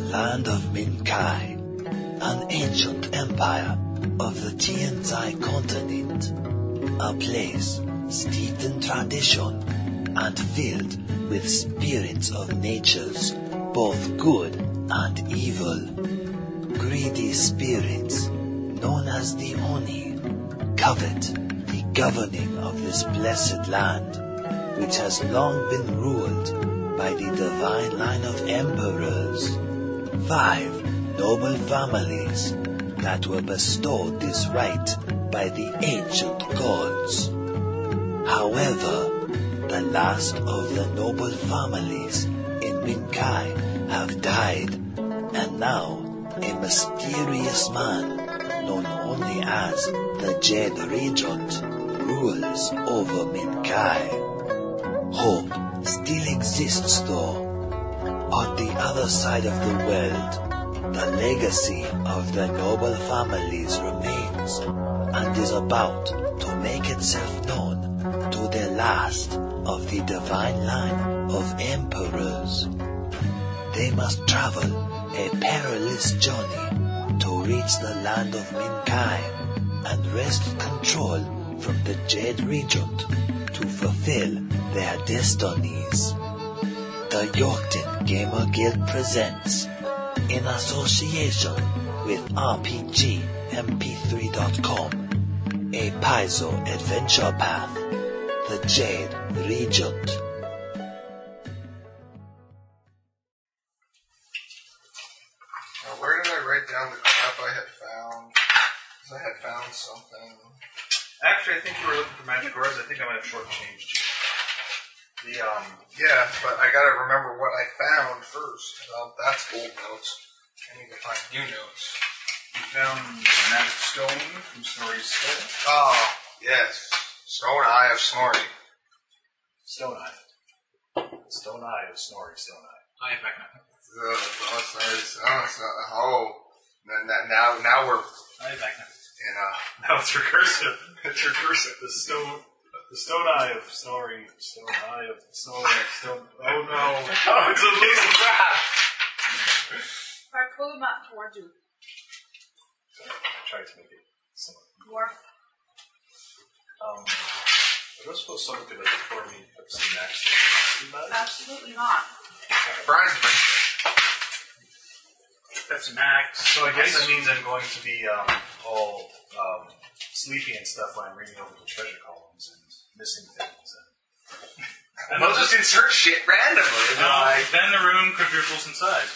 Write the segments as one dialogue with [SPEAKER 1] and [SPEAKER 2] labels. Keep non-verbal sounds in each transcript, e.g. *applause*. [SPEAKER 1] land of Minkai, an ancient empire of the Tianzai continent, a place steeped in tradition and filled with spirits of natures, both good and evil. Greedy spirits, known as the Oni, covet the governing of this blessed land, which has long been ruled by the divine line of emperors. Five noble families that were bestowed this right by the ancient gods. However, the last of the noble families in Minkai have died, and now a mysterious man, known only as the Jade Regent, rules over Minkai. Hope still exists though. On the other side of the world, the legacy of the noble families remains and is about to make itself known to the last of the divine line of emperors. They must travel a perilous journey to reach the land of Minkai and wrest control from the Jade Regent to fulfill their destinies. The Yorkton Gamer Guild presents, in association with RPGMP3.com, a Paizo Adventure Path, the Jade Regent.
[SPEAKER 2] Now, where did I write down the crap I had found? 'Cause I had found something.
[SPEAKER 3] Actually, I think you were looking for magic words. I think I might have shortchanged you. The um,
[SPEAKER 2] Yeah, but I gotta remember what I found first. Um, that's old notes. I need to find new notes.
[SPEAKER 3] you found the magic stone from Snorri's skull.
[SPEAKER 2] Ah, yes. Stone Eye of Snorri.
[SPEAKER 3] Stone Eye. Stone Eye of Snorri. Stone Eye.
[SPEAKER 4] I am back now.
[SPEAKER 2] The, oh, it's not- it's- oh, it's not- oh. Now- now, now, now we're
[SPEAKER 3] Oh,
[SPEAKER 4] I am back now.
[SPEAKER 2] in a.
[SPEAKER 3] Now it's recursive. It's recursive. The stone. The stone eye of Snorri, stone eye of Snorri, stone. Oh no! *laughs* oh, it's a losing graph.
[SPEAKER 5] If I pull him up towards you,
[SPEAKER 3] I tried to make it. Similar.
[SPEAKER 5] dwarf,
[SPEAKER 3] Um, I don't suppose someone could like record me put some max.
[SPEAKER 5] absolutely not.
[SPEAKER 2] Brian's been.
[SPEAKER 3] That's max. So I guess that means I'm going to be um, all um, sleepy and stuff when I'm reading over the treasure columns and missing things.
[SPEAKER 4] Then,
[SPEAKER 2] We'll just insert shit randomly.
[SPEAKER 4] no,
[SPEAKER 2] Like,
[SPEAKER 4] then the room quadruples in size.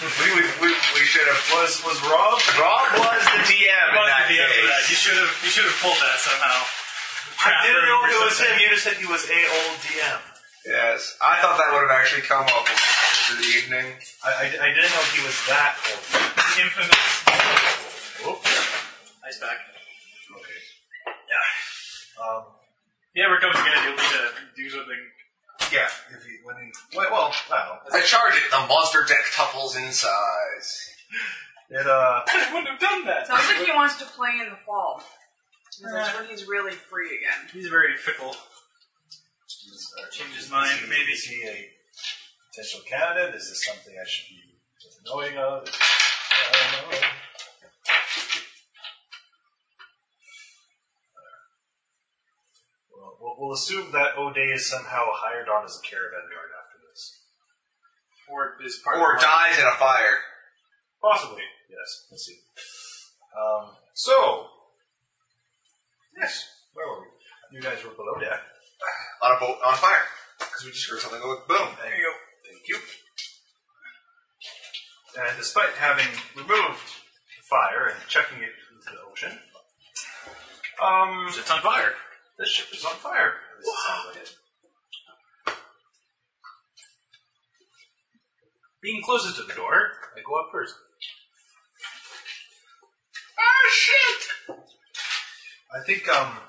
[SPEAKER 2] we, we, we, we should have.
[SPEAKER 3] Was was Rob?
[SPEAKER 2] Rob was the DM in
[SPEAKER 4] Well,
[SPEAKER 2] that
[SPEAKER 4] the answer to that.
[SPEAKER 2] case.
[SPEAKER 4] You should have. You should have pulled that somehow.
[SPEAKER 3] I didn't know it was him.
[SPEAKER 4] Trapper or something.
[SPEAKER 3] You just said he was a old DM.
[SPEAKER 2] Yes, I thought that would have actually come up for the evening.
[SPEAKER 3] I, I, I didn't know he was that old.
[SPEAKER 4] The infamous.
[SPEAKER 3] Whoop.
[SPEAKER 4] Ice back.
[SPEAKER 3] Okay. Yeah. Um.
[SPEAKER 4] If he ever comes again, you'll need to do something.
[SPEAKER 3] Yeah. If he when he well, well I don't know.
[SPEAKER 2] I charge it. The monster deck tuples in size.
[SPEAKER 3] It uh.
[SPEAKER 4] I wouldn't have done that.
[SPEAKER 5] Sounds like he wants to play in the fall. 'Cause That's when he's really free again.
[SPEAKER 4] He's very fickle.
[SPEAKER 3] is, uh,
[SPEAKER 4] Change his
[SPEAKER 3] is
[SPEAKER 4] mind,
[SPEAKER 3] he-
[SPEAKER 4] maybe.
[SPEAKER 3] Is he a potential candidate? Is this something I should be knowing of? I don't know. Well, we'll- We'll assume that O'Day is somehow hired on as a caravan guard after this.
[SPEAKER 4] Or is part.
[SPEAKER 2] Or
[SPEAKER 4] of-
[SPEAKER 2] dies in a fire.
[SPEAKER 3] Possibly, yes. We'll see. Um, so, yes, where were we? You guys were below deck.
[SPEAKER 2] On a boat on fire. Because we just heard something go boom.
[SPEAKER 3] There you go. Thank you. And despite having removed the fire and checking it into the ocean, um,
[SPEAKER 4] It's on fire.
[SPEAKER 3] this ship is on fire. At least it sounds like it.
[SPEAKER 4] Being closest to the door, I go up first.
[SPEAKER 2] Oh shit!
[SPEAKER 3] I think, um,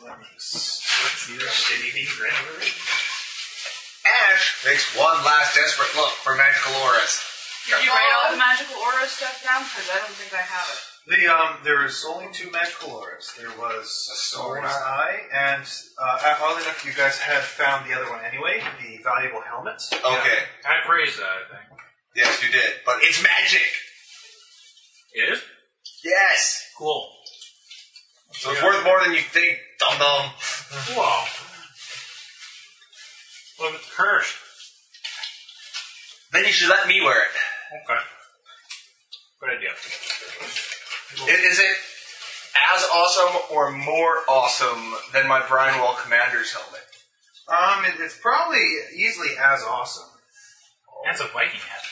[SPEAKER 3] let me s-
[SPEAKER 4] What's the shitty grammar?
[SPEAKER 2] Ash makes one last desperate look for magical auras.
[SPEAKER 5] Did you write all the magical aura stuff down? Because I don't think I have it.
[SPEAKER 3] The um, there was only two magical auras. There was
[SPEAKER 6] A stone
[SPEAKER 3] Soul's Eye, and uh, oddly enough, you guys had found the other one anyway, the valuable helmet.
[SPEAKER 2] Okay.
[SPEAKER 4] I praised that, I think.
[SPEAKER 2] Yes, you did. But it's magic.
[SPEAKER 4] It is?
[SPEAKER 2] Yes.
[SPEAKER 4] Cool.
[SPEAKER 2] So it's worth more than you think, dum dum.
[SPEAKER 4] Whoa. Look at the curse.
[SPEAKER 2] Then you should let me wear it.
[SPEAKER 4] Okay. Good idea.
[SPEAKER 2] I- Is it as awesome or more awesome than my Brian Wall Commander's helmet?
[SPEAKER 3] Um, it, it's probably easily as awesome.
[SPEAKER 4] That's a Viking hat.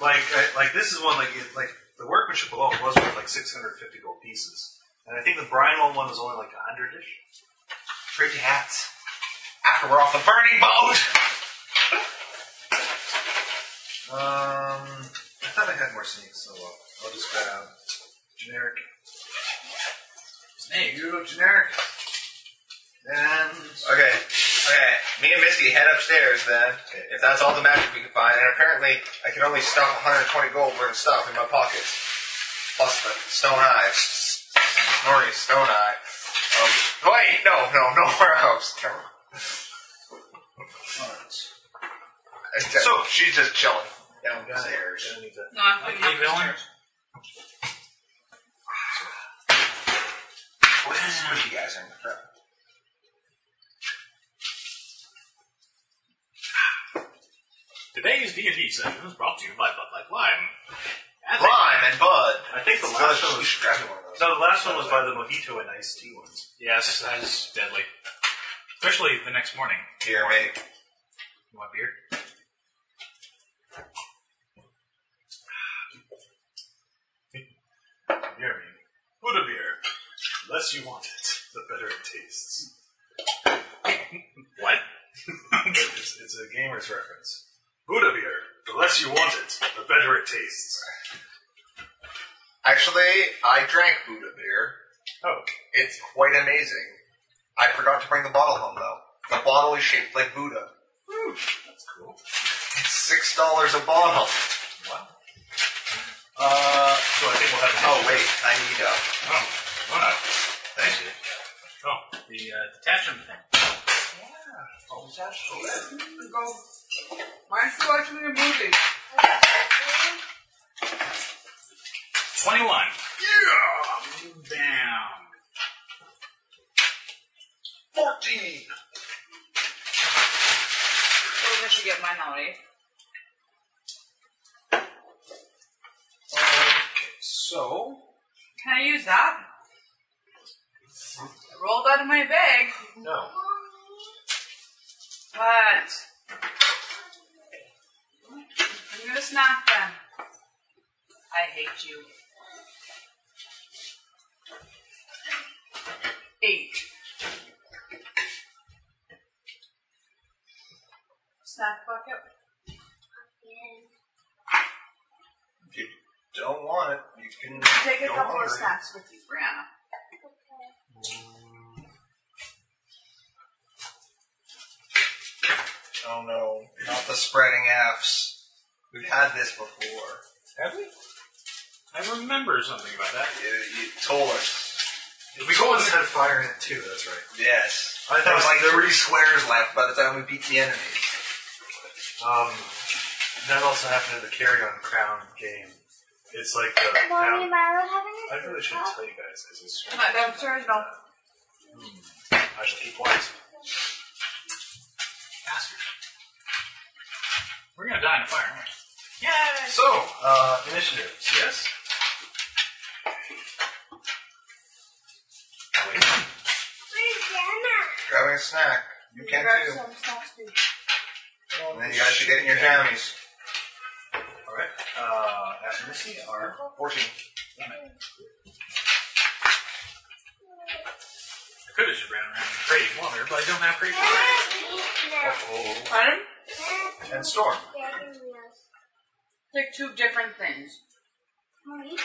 [SPEAKER 3] Like I, like this is one like it, like the workmanship below it was worth like 650 gold pieces, and I think the Brynwell one was only like 100 ish.
[SPEAKER 2] Pretty hats. After we're off the burning boat.
[SPEAKER 3] Um, I thought I had more sneaks, so I'll, I'll just grab generic.
[SPEAKER 4] Snake.
[SPEAKER 3] You go generic. And
[SPEAKER 2] Okay. Okay. Me and Misty head upstairs then. If that's all the magic we can find, and apparently I can only stuff 120 gold worth of stuff in my pockets, plus the stone eye, snoring stone eye. Um, wait, no, no, no warehouse. No. So she's just chilling downstairs.
[SPEAKER 5] No, I'm
[SPEAKER 4] Like
[SPEAKER 5] putting
[SPEAKER 4] the
[SPEAKER 5] it
[SPEAKER 4] villain?
[SPEAKER 5] upstairs.
[SPEAKER 2] What is this with you guys in the front?
[SPEAKER 4] Today's D&D session is brought to you by Bud Light Lime. At the-
[SPEAKER 2] Lime and Bud.
[SPEAKER 3] I think the
[SPEAKER 2] So
[SPEAKER 3] last
[SPEAKER 2] she-
[SPEAKER 3] one was
[SPEAKER 2] she grabbed one of those.
[SPEAKER 3] no, the last one was by the mojito and iced tea ones.
[SPEAKER 4] Yes, that is deadly. Especially the next morning.
[SPEAKER 2] Here, mate.
[SPEAKER 4] You want beer?
[SPEAKER 3] Beer, maybe. Buddha beer. The less you want it, the better it tastes.
[SPEAKER 4] What?
[SPEAKER 3] it's, it's a gamer's reference. Buddha beer. The less you want it, the better it tastes.
[SPEAKER 2] Actually, I drank Buddha beer.
[SPEAKER 3] Oh,
[SPEAKER 2] It's quite amazing. I forgot to bring the bottle home though. The bottle is shaped like Buddha.
[SPEAKER 3] that's cool.
[SPEAKER 2] It's six dollars a bottle.
[SPEAKER 3] Wow. Uh, so I think we'll have.
[SPEAKER 2] Oh wait, I need uh
[SPEAKER 4] Oh, donut.
[SPEAKER 2] Thank you.
[SPEAKER 4] Oh, the uh, detachment thing.
[SPEAKER 5] Mine's still actually a movie.
[SPEAKER 4] 21. Yeah! Move down.
[SPEAKER 2] Fourteen.
[SPEAKER 5] Well, I should get mine already.
[SPEAKER 3] So
[SPEAKER 5] Can I use that? I rolled out of my bag,
[SPEAKER 3] no.
[SPEAKER 5] but I'm gonna snack them. I hate you. Eight. Snack bucket.
[SPEAKER 2] If you don't want it, you can
[SPEAKER 5] Take a
[SPEAKER 2] go
[SPEAKER 5] couple of
[SPEAKER 2] hungry.
[SPEAKER 5] snacks with you, Brianna.
[SPEAKER 2] Oh no, not the spreading F's. We've had this before.
[SPEAKER 4] Have we? I remember something about that.
[SPEAKER 2] You, you told us.
[SPEAKER 3] We always had fire in it too. That's right.
[SPEAKER 2] Yes.
[SPEAKER 3] I thought
[SPEAKER 2] there was
[SPEAKER 3] it
[SPEAKER 2] like
[SPEAKER 3] was-
[SPEAKER 2] three squares left by the time we beat the enemies.
[SPEAKER 3] Um, that also happened in the Carry On Crown game. It's like the
[SPEAKER 7] Mommy,
[SPEAKER 3] town.
[SPEAKER 7] Milo, having a
[SPEAKER 3] I really shouldn't tell you guys because it's.
[SPEAKER 5] Come on, downstairs, no.
[SPEAKER 3] I shall keep quiet.
[SPEAKER 4] Bastard. We're gonna die in a fire, aren't we?
[SPEAKER 3] So, uh, initiatives, yes?
[SPEAKER 7] Where's
[SPEAKER 2] Grabbing a snack. You can
[SPEAKER 7] Grab
[SPEAKER 2] too.
[SPEAKER 7] some snacks, please.
[SPEAKER 2] And then you guys should get in your jammies.
[SPEAKER 3] Alright, uh, after Misty are.
[SPEAKER 2] Fourteen.
[SPEAKER 4] I could have just ran around and created water, but I don't have created water.
[SPEAKER 3] Oh,
[SPEAKER 5] Pardon?
[SPEAKER 3] And Storm.
[SPEAKER 5] Take two different things.
[SPEAKER 7] Mommy,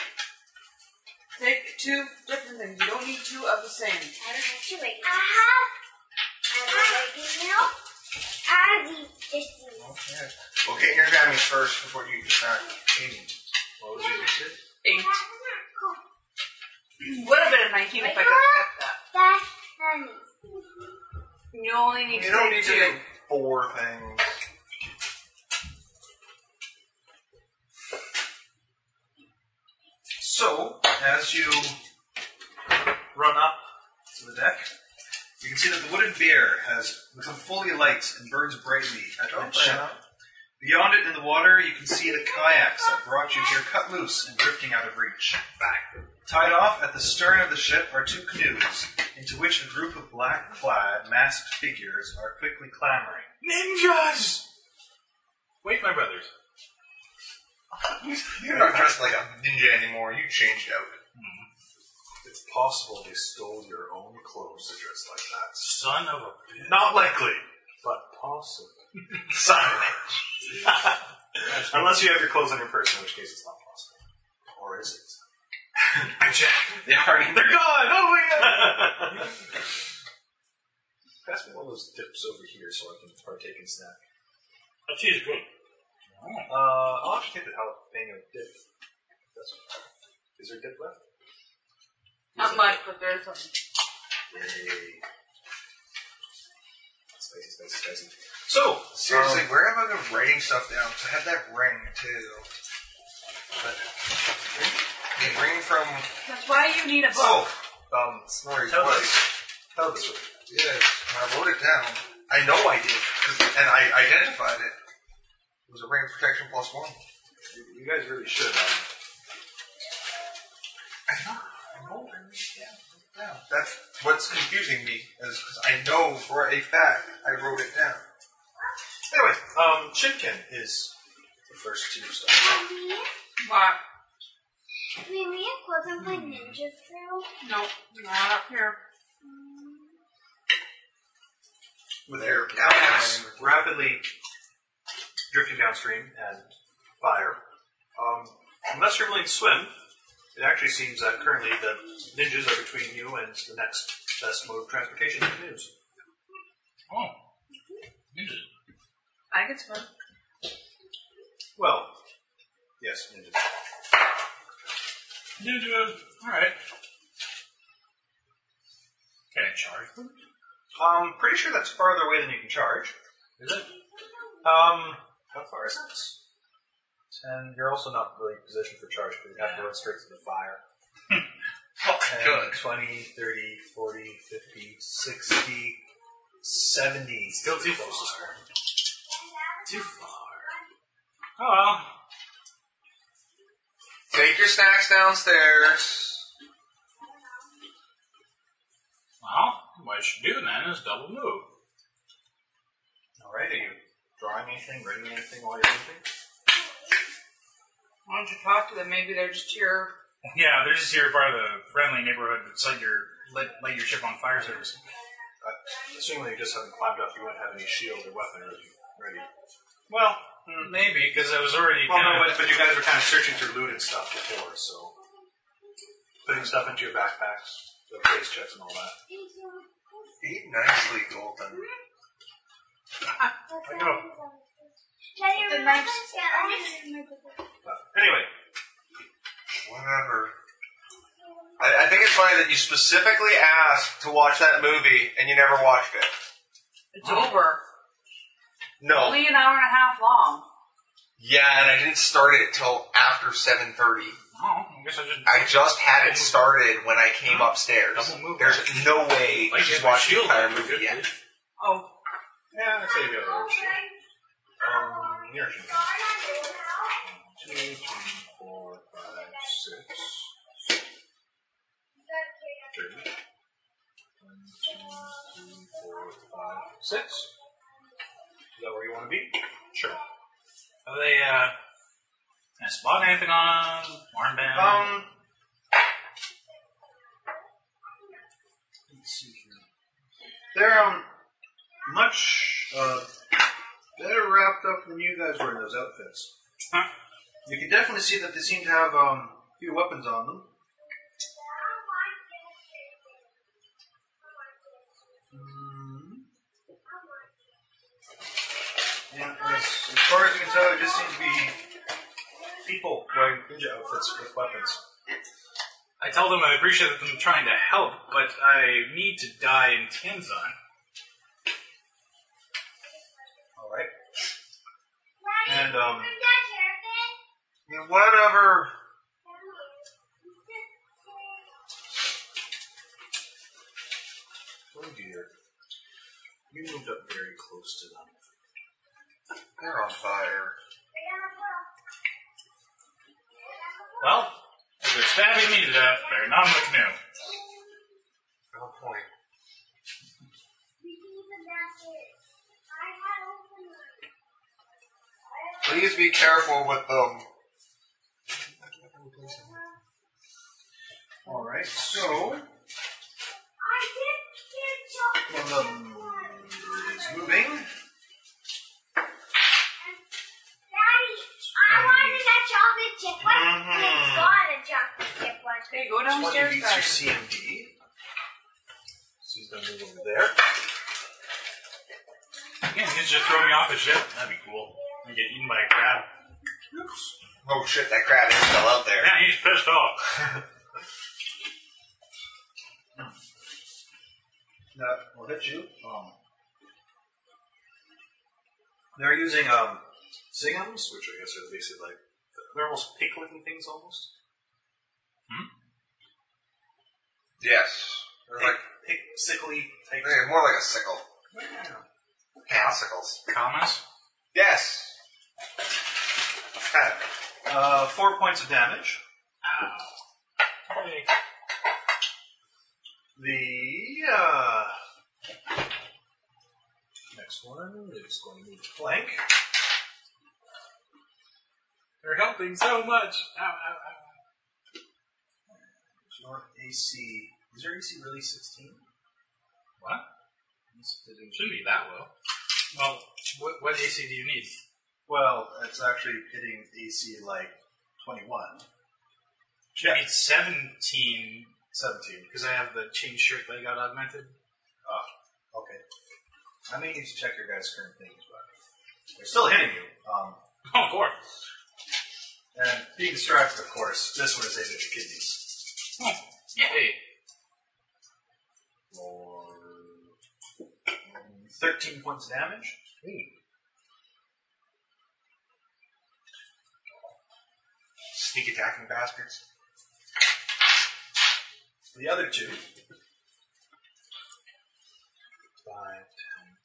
[SPEAKER 5] Take two different things. You don't need two of the same.
[SPEAKER 7] I don't have to wait. I have. I have a milk. I have these just these.
[SPEAKER 2] Okay. Well, get in your jammies first before you eat your snack.
[SPEAKER 3] What was your initiative?
[SPEAKER 5] Eight.
[SPEAKER 7] Cool.
[SPEAKER 5] Would have been a 19 if I could have kept that.
[SPEAKER 7] That's funny.
[SPEAKER 5] You only need
[SPEAKER 3] You
[SPEAKER 5] to
[SPEAKER 3] don't
[SPEAKER 5] do
[SPEAKER 3] need to
[SPEAKER 5] two.
[SPEAKER 3] do four things. So, as you run up to the deck, you can see that the wooden beer has become fully alight and burns brightly at the ship. Beyond it in the water, you can see the kayaks that brought you here cut loose and drifting out of reach. Tied off at the stern of the ship are two canoes, into which a group of black clad, masked figures are quickly clambering.
[SPEAKER 8] Ninjas! Wait, my brothers.
[SPEAKER 2] You're not dressed like a ninja anymore. You changed out.
[SPEAKER 8] It's possible they stole your own clothes to dress like that.
[SPEAKER 4] Son of a bitch.
[SPEAKER 8] Not likely, but possible. Sorry. *laughs* Unless you have your clothes on your person, in which case it's not possible. Or is it?
[SPEAKER 4] I check.
[SPEAKER 3] They are
[SPEAKER 8] They're gone! Oh my god! Pass me one of those dips over here so I can partake in snack.
[SPEAKER 4] That cheese is good.
[SPEAKER 3] Uh, I'll actually take the jalapeno dip. That's Is there dip left?
[SPEAKER 5] Not much, but there's some.
[SPEAKER 3] Yay. Spicy, spicy, spicy. So,
[SPEAKER 2] Seriously,
[SPEAKER 3] um,
[SPEAKER 2] where am I been writing stuff down? 'Cause I have that ring too. But the ring from
[SPEAKER 5] That's why you need a book.
[SPEAKER 2] oh, um, Snorri's
[SPEAKER 3] Tell
[SPEAKER 2] wife.
[SPEAKER 3] tell this one.
[SPEAKER 2] Yes, and I wrote it down. I know I did, 'cause- and I identified it. It was a ring of protection plus one.
[SPEAKER 3] You guys really should. Um,
[SPEAKER 2] I know. I know. I wrote it down. I wrote it down. That's what's confusing me is because I know for a fact I wrote it down.
[SPEAKER 3] anyway, um, Chipkin is the first to start.
[SPEAKER 7] Mommy,
[SPEAKER 5] Why?
[SPEAKER 7] Can we have clothes on play ninja through?
[SPEAKER 5] No, not up here.
[SPEAKER 3] with their kayaks rapidly drifting downstream and fire. Um, unless you're willing to swim, it actually seems that currently the ninjas are between you and the next best mode of transportation, canoes.
[SPEAKER 4] Oh. Ninjas.
[SPEAKER 5] I could swim.
[SPEAKER 3] Well, yes, ninjas.
[SPEAKER 4] Ninjas. Alright. Can I charge them?
[SPEAKER 3] Um, pretty sure that's farther away than you can charge.
[SPEAKER 4] Is it?
[SPEAKER 3] Um, how far is that? And you're also not really positioned for charge because you have to run straight to the fire. 10, 20, 30, 40, 50, 60, 70.
[SPEAKER 4] Still too
[SPEAKER 3] Closest
[SPEAKER 4] far.
[SPEAKER 3] one.
[SPEAKER 4] Too far. Oh
[SPEAKER 2] Take your snacks downstairs.
[SPEAKER 4] well. Well, what I should do then is double move. *laughs*
[SPEAKER 3] Alright, are you drawing anything, writing anything while you're moving?
[SPEAKER 5] Why don't you talk to them? Maybe they're just here.
[SPEAKER 4] Yeah, they're just here part of the friendly neighborhood that's like your light, light your ship on fire service.
[SPEAKER 3] Assuming you just haven't climbed up, you wouldn't have any shield or weapon ready. ready.
[SPEAKER 4] Well, maybe because I was already.
[SPEAKER 3] Well, no,
[SPEAKER 4] kinda-
[SPEAKER 3] but, but you guys were kind of searching through loot and stuff before, so putting stuff into your backpacks, the face checks and all that.
[SPEAKER 2] Eat nicely, Golden.
[SPEAKER 7] I
[SPEAKER 3] know.
[SPEAKER 7] Daddy,
[SPEAKER 5] The
[SPEAKER 7] remember
[SPEAKER 5] knives-
[SPEAKER 7] that?
[SPEAKER 3] But anyway,
[SPEAKER 2] Whatever. I, I think it's funny that you specifically asked to watch that movie and you never watched it.
[SPEAKER 5] It's over.
[SPEAKER 2] No.
[SPEAKER 5] Oh. Only an hour and a half long.
[SPEAKER 2] Yeah, and I didn't start it till after 7:30.
[SPEAKER 4] Oh, I guess I just.
[SPEAKER 2] I just had it started when I came upstairs.
[SPEAKER 4] Double move.
[SPEAKER 2] There's no way
[SPEAKER 4] Like,
[SPEAKER 2] she's
[SPEAKER 4] if I
[SPEAKER 2] watched the
[SPEAKER 4] shield,
[SPEAKER 2] entire
[SPEAKER 4] I'd be good,
[SPEAKER 2] movie yet.
[SPEAKER 5] Oh,
[SPEAKER 3] yeah, I'd say you got a little shield. Um, here, two, three, four, five, six, three. One, two, three, four, five, six. Is that where you want to be?
[SPEAKER 4] Sure. Are they, uh. Can I spot anything on them? Armband?
[SPEAKER 3] Um,
[SPEAKER 4] Let's see here.
[SPEAKER 3] They're um much uh, better wrapped up than you guys were in those outfits.
[SPEAKER 4] Huh.
[SPEAKER 3] You can definitely see that they seem to have um, a few weapons on them. Mm-hmm. And as, as far as you can tell, it just seems to be people wearing ninja outfits with weapons.
[SPEAKER 4] I tell them I appreciate them trying to help, but I need to die in Tanzan.
[SPEAKER 3] All right.
[SPEAKER 7] And, um.
[SPEAKER 3] I mean, whatever.
[SPEAKER 8] Oh dear. You moved up very close to them.
[SPEAKER 3] They're on fire.
[SPEAKER 4] Well, if they're stabbing me to death, they're not much new.
[SPEAKER 3] No point.
[SPEAKER 6] Please be careful with them.
[SPEAKER 3] All right. So it's moving.
[SPEAKER 5] Hey, go downstairs,
[SPEAKER 3] Twenty
[SPEAKER 5] guys.
[SPEAKER 3] beats your CMD.
[SPEAKER 8] She's gonna move over there.
[SPEAKER 4] Again, you just throw me off a ship. That'd be cool. I get eaten by a crab.
[SPEAKER 2] Oh shit, that crab is still out there.
[SPEAKER 4] Yeah, he's pissed
[SPEAKER 3] *laughs*
[SPEAKER 4] off.
[SPEAKER 3] that will hit you. Um, they're using um, singums, which I guess are basically like they're almost pig-looking things, almost
[SPEAKER 6] Yes. They're like
[SPEAKER 3] pig sickly type.
[SPEAKER 6] they're more like a sickle.
[SPEAKER 3] Yeah.
[SPEAKER 6] Passicles.
[SPEAKER 4] Commas?
[SPEAKER 6] Yes. Kind
[SPEAKER 3] Uh, four points of damage.
[SPEAKER 4] Hey.
[SPEAKER 3] The uh, next one is going to move to flank.
[SPEAKER 4] They're helping so much. Ow, ow, ow.
[SPEAKER 3] Your AC is your AC really sixteen?
[SPEAKER 4] What? This didn't- shouldn't be that low. Well, what, what AC do you need?
[SPEAKER 3] Well, it's actually hitting AC like twenty-one.
[SPEAKER 4] Should be 17,
[SPEAKER 3] Seventeen.
[SPEAKER 4] because I have the chain shirt that I got augmented. *laughs*
[SPEAKER 3] Okay. I may need to check your guys' current things, but they're still hitting you. Um,
[SPEAKER 4] Oh, of course.
[SPEAKER 3] and being distracted, of course, this one is aimed at your kidneys.
[SPEAKER 4] Yay.
[SPEAKER 3] Or 13 points of damage.
[SPEAKER 6] sneak attacking bastards.
[SPEAKER 3] The other two. 5, 10,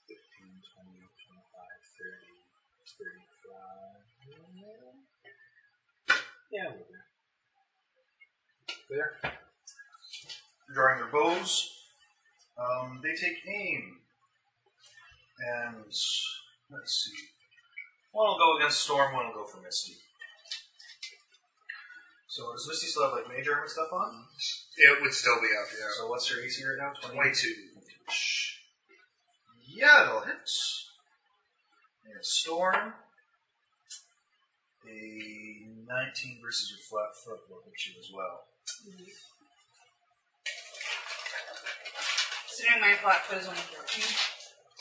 [SPEAKER 3] 15, 20, 25, 30, 35. Yeah, we're there. There. They're drawing their bows. Um, they take aim. And let's see. One will go against Storm, one will go for Misty. So does Misty still have like mage armor and stuff on?
[SPEAKER 6] It would still be up, yeah.
[SPEAKER 3] So what's your AC right now? 20?
[SPEAKER 6] 22.
[SPEAKER 3] Yeah, it'll hit. And a storm. A 19 versus your flat foot will hit you as well.
[SPEAKER 5] Sitting my flat foot is only 14.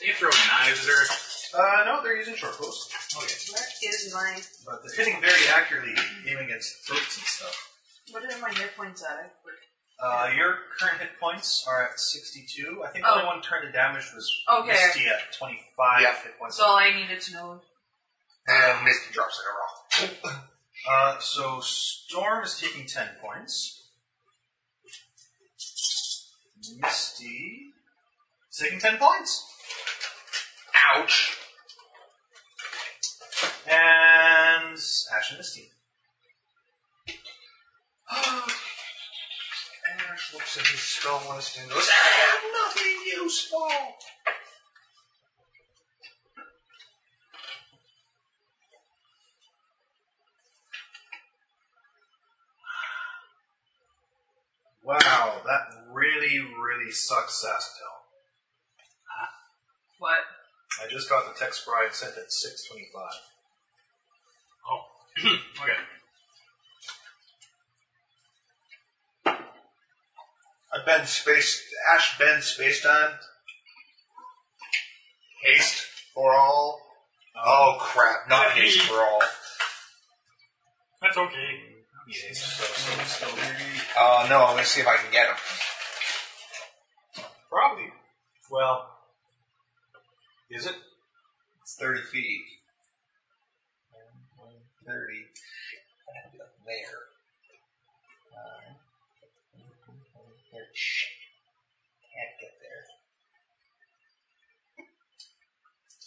[SPEAKER 4] They throw knives or
[SPEAKER 3] Uh, no, they're using short posts. Okay.
[SPEAKER 5] Where is my...
[SPEAKER 3] But they're hitting very accurately, aiming against throats and stuff.
[SPEAKER 5] What are my hit points at? I forget.
[SPEAKER 3] Uh, your current hit points are at 62. I think the
[SPEAKER 5] Oh.
[SPEAKER 3] only one turned to damage was
[SPEAKER 5] Okay.
[SPEAKER 3] Misty at 25
[SPEAKER 6] Yeah.
[SPEAKER 3] hit points.
[SPEAKER 5] That's all I needed to know.
[SPEAKER 6] And Misty drops in a rock.
[SPEAKER 3] Uh, so Storm is taking 10 points. Misty is taking 10 points.
[SPEAKER 6] Ouch.
[SPEAKER 3] And Ash
[SPEAKER 6] *gasps*
[SPEAKER 3] and Misty.
[SPEAKER 6] Ash looks at his spell list and goes, I have nothing useful.
[SPEAKER 3] Wow, that really, really sucks, Sastatel.
[SPEAKER 5] What?
[SPEAKER 3] I just got the text Brian sent at 625.
[SPEAKER 4] Oh, okay.
[SPEAKER 6] I bend space, Ash bends space time. Haste for all. Oh crap, not haste for all.
[SPEAKER 4] That's okay.
[SPEAKER 8] So, so, so maybe
[SPEAKER 2] Uh, no, I'm gonna see if I can get him.
[SPEAKER 8] probably. Well, is it?
[SPEAKER 2] It's 30 feet. 30. There. Nine. There. Shit. Can't get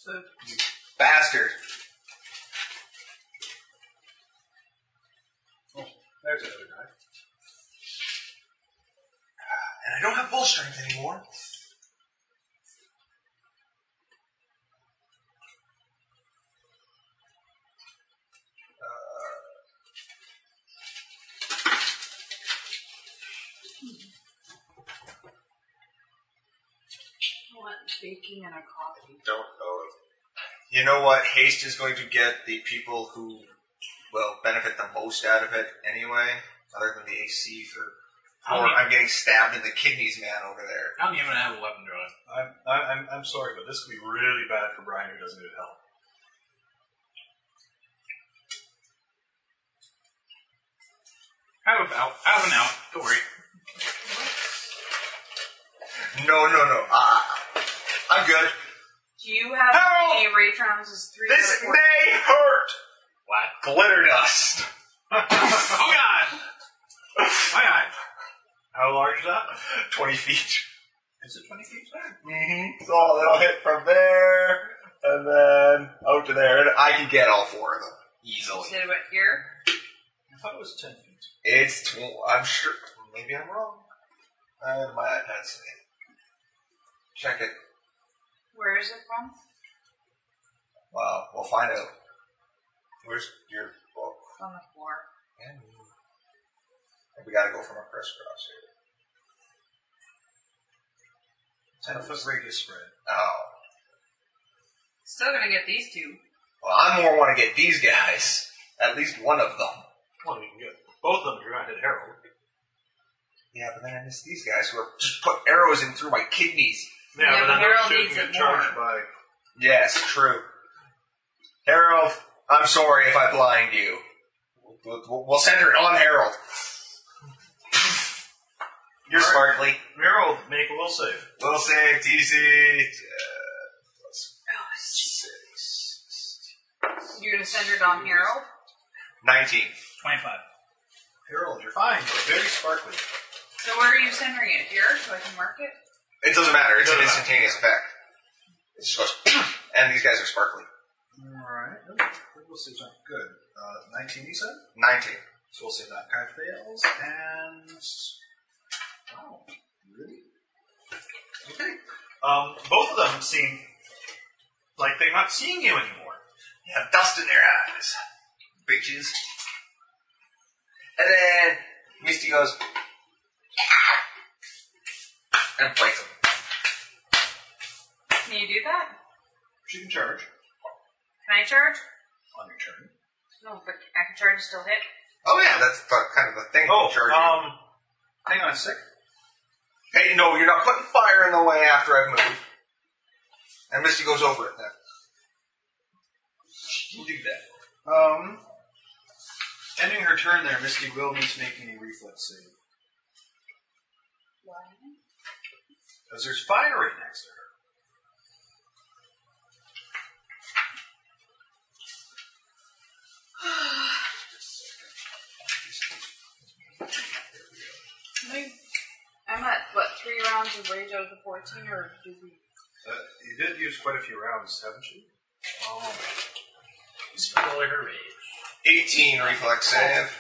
[SPEAKER 2] there. You bastard.
[SPEAKER 8] There's another guy.
[SPEAKER 2] Ah, And I don't have bull strength anymore.
[SPEAKER 5] I want baking and a coffee.
[SPEAKER 2] Don't know it. You know what? Haste is going to get the people who will benefit the most out of it anyway, other than the AC for.
[SPEAKER 4] I
[SPEAKER 2] Or
[SPEAKER 4] mean-
[SPEAKER 2] I'm getting stabbed in the kidneys, man, over there.
[SPEAKER 4] I don't even have a weapon drawn.
[SPEAKER 8] I'm, I- I'm, I'm sorry, but this could be really bad for Brian who doesn't need help.
[SPEAKER 4] I have about, I have an out. Don't *laughs* worry.
[SPEAKER 2] No, no, no. Uh, I'm good.
[SPEAKER 5] Do you have
[SPEAKER 2] How?
[SPEAKER 3] Oh!
[SPEAKER 5] any rage rounds? Is three
[SPEAKER 2] This
[SPEAKER 5] or four?
[SPEAKER 2] may hurt.
[SPEAKER 4] What?
[SPEAKER 2] Glitter dust.
[SPEAKER 4] Oh god! *laughs* My eye.
[SPEAKER 8] How large is that?
[SPEAKER 2] 20 feet.
[SPEAKER 4] Is it 20 feet?
[SPEAKER 2] Mm-hmm. So it'll hit from there, and then out to there. And I can get all four of them easily.
[SPEAKER 5] Say what here?
[SPEAKER 8] I thought it was 10 feet.
[SPEAKER 2] It's tw- I'm sure. Maybe I'm wrong. Uh, my iPad's saying. Check it.
[SPEAKER 5] Where is it from?
[SPEAKER 2] Wow, we'll find out. Where's your book?
[SPEAKER 5] It's on the floor.
[SPEAKER 2] And we gotta go from a crisscross here.
[SPEAKER 3] Ten foot radius spread.
[SPEAKER 2] Oh.
[SPEAKER 5] Still gonna get these two.
[SPEAKER 2] Well, I more want to get these guys. At least one of them.
[SPEAKER 8] Well, you can get both of them. You're going to hit Harold.
[SPEAKER 2] Yeah, but then I miss these guys who are just put arrows in through my kidneys.
[SPEAKER 5] Yeah, but
[SPEAKER 8] then
[SPEAKER 5] Harold
[SPEAKER 8] shooting
[SPEAKER 5] needs
[SPEAKER 8] you
[SPEAKER 5] it
[SPEAKER 8] charged by.
[SPEAKER 2] Yes, true. Harold, I'm sorry if I blind you. We'll, we'll- we'll center it on Harold. You're
[SPEAKER 8] All
[SPEAKER 2] sparkly.
[SPEAKER 8] Harold, make a will save.
[SPEAKER 2] Little save, DC.
[SPEAKER 5] Oh, You're gonna send her Don Harold?
[SPEAKER 2] 19.
[SPEAKER 4] 25.
[SPEAKER 3] Harold, you're fine. You're very sparkly.
[SPEAKER 5] So where are you centering it? Here? So I can mark it?
[SPEAKER 2] It doesn't matter. It's
[SPEAKER 8] Doesn't
[SPEAKER 2] an
[SPEAKER 8] matter.
[SPEAKER 2] instantaneous effect. It just goes, *clears throat* and these guys are sparkly.
[SPEAKER 3] Alright. We'll see not good. Uh, 19, you said?
[SPEAKER 2] 19.
[SPEAKER 3] So we'll say that guy fails, and. Wow. Really?
[SPEAKER 8] Um, both of them seem like they're not seeing you anymore.
[SPEAKER 2] Yeah, dust in their eyes. Bitches. And then Misty goes, "Ah!" and bites him.
[SPEAKER 5] Can you do that?
[SPEAKER 3] She can charge
[SPEAKER 5] Can I charge?
[SPEAKER 3] on your turn.
[SPEAKER 5] No, but I can charge and still hit.
[SPEAKER 2] Oh yeah, uh, that's the, kind of the thing.
[SPEAKER 8] Oh,
[SPEAKER 2] Charge you.
[SPEAKER 8] um,
[SPEAKER 3] Hang on a sec.
[SPEAKER 2] hey, no, you're not putting fire in the way after I've moved. And Misty goes over it then. She can do that.
[SPEAKER 3] Um, ending her turn there, Misty will need to make me a reflex save. Because there's fire right next to her.
[SPEAKER 5] I'm at, what, three rounds of rage out of the 14, or do we.
[SPEAKER 8] uh, you did use quite a few rounds, haven't you?
[SPEAKER 4] Spend all her rage.
[SPEAKER 2] 18 reflex save.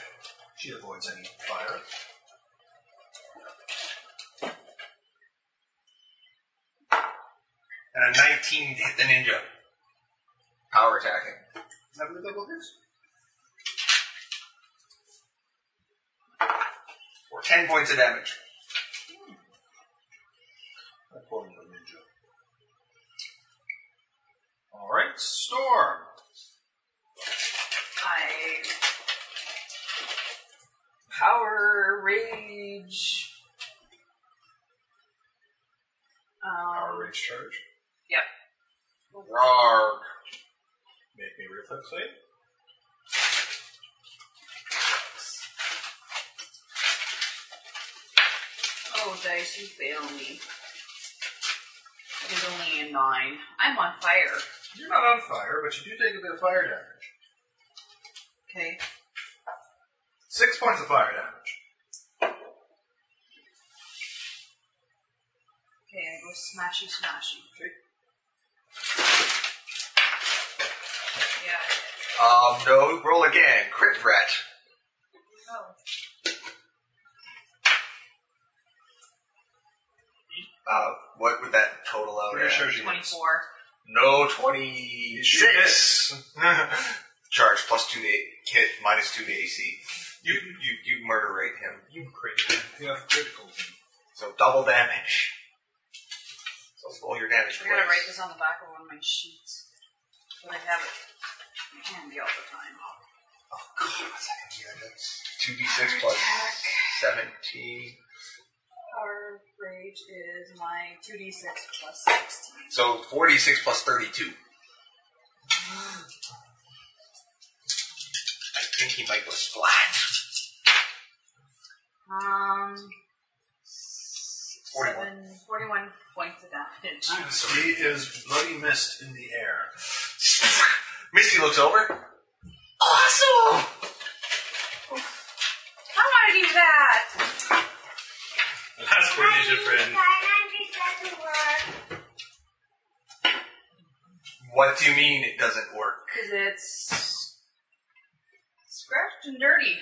[SPEAKER 3] She avoids any fire.
[SPEAKER 2] And a 19 to hit the ninja. Power attacking.
[SPEAKER 3] I believe that will hit.
[SPEAKER 2] For 10 points of damage.
[SPEAKER 3] I pulled the ninja. Alright, Storm.
[SPEAKER 5] I. Power rage. Um,
[SPEAKER 8] Power rage charge.
[SPEAKER 5] Yep.
[SPEAKER 2] Rawr.
[SPEAKER 8] Make me reflex save.
[SPEAKER 5] Oh, dice, you fail me. It is only a nine. I'm on fire.
[SPEAKER 3] You're not on fire, but you do take a bit of fire damage.
[SPEAKER 5] Okay.
[SPEAKER 3] Six points of fire damage.
[SPEAKER 5] Okay, I go smashy, smashy.
[SPEAKER 3] Okay.
[SPEAKER 5] Yeah.
[SPEAKER 2] Um, no, roll again. Crit threat.
[SPEAKER 5] Oh.
[SPEAKER 2] Uh, what would that total out
[SPEAKER 3] Pretty
[SPEAKER 2] at?
[SPEAKER 3] sure she hits.
[SPEAKER 5] 24.
[SPEAKER 2] No,
[SPEAKER 3] She
[SPEAKER 2] 26.
[SPEAKER 4] *laughs*
[SPEAKER 3] hits.
[SPEAKER 2] Charge plus 2 to hit, minus 2 to AC. You, you, you murder rate him.
[SPEAKER 6] You crazy. You have critical.
[SPEAKER 2] So double damage. So let's roll your damage
[SPEAKER 5] I gotta
[SPEAKER 2] twice.
[SPEAKER 5] write this on the back of one of my sheets. But I have it handy all the time.
[SPEAKER 2] Oh god, what's that? Yeah, that's 2d6 plus 17.
[SPEAKER 5] Power rage is my 2d6 plus 16.
[SPEAKER 2] So 46 plus 32. I think he might go splat.
[SPEAKER 5] Um.
[SPEAKER 2] Forty-one.
[SPEAKER 5] Seven, 41 points of damage.
[SPEAKER 8] He is bloody mist in the air.
[SPEAKER 2] Misty looks over. Awesome!
[SPEAKER 5] I want to do that!
[SPEAKER 8] That's where he's your friend.
[SPEAKER 7] Dynamic doesn't work.
[SPEAKER 2] What do you mean it doesn't work?
[SPEAKER 5] Because it's. scratched and dirty.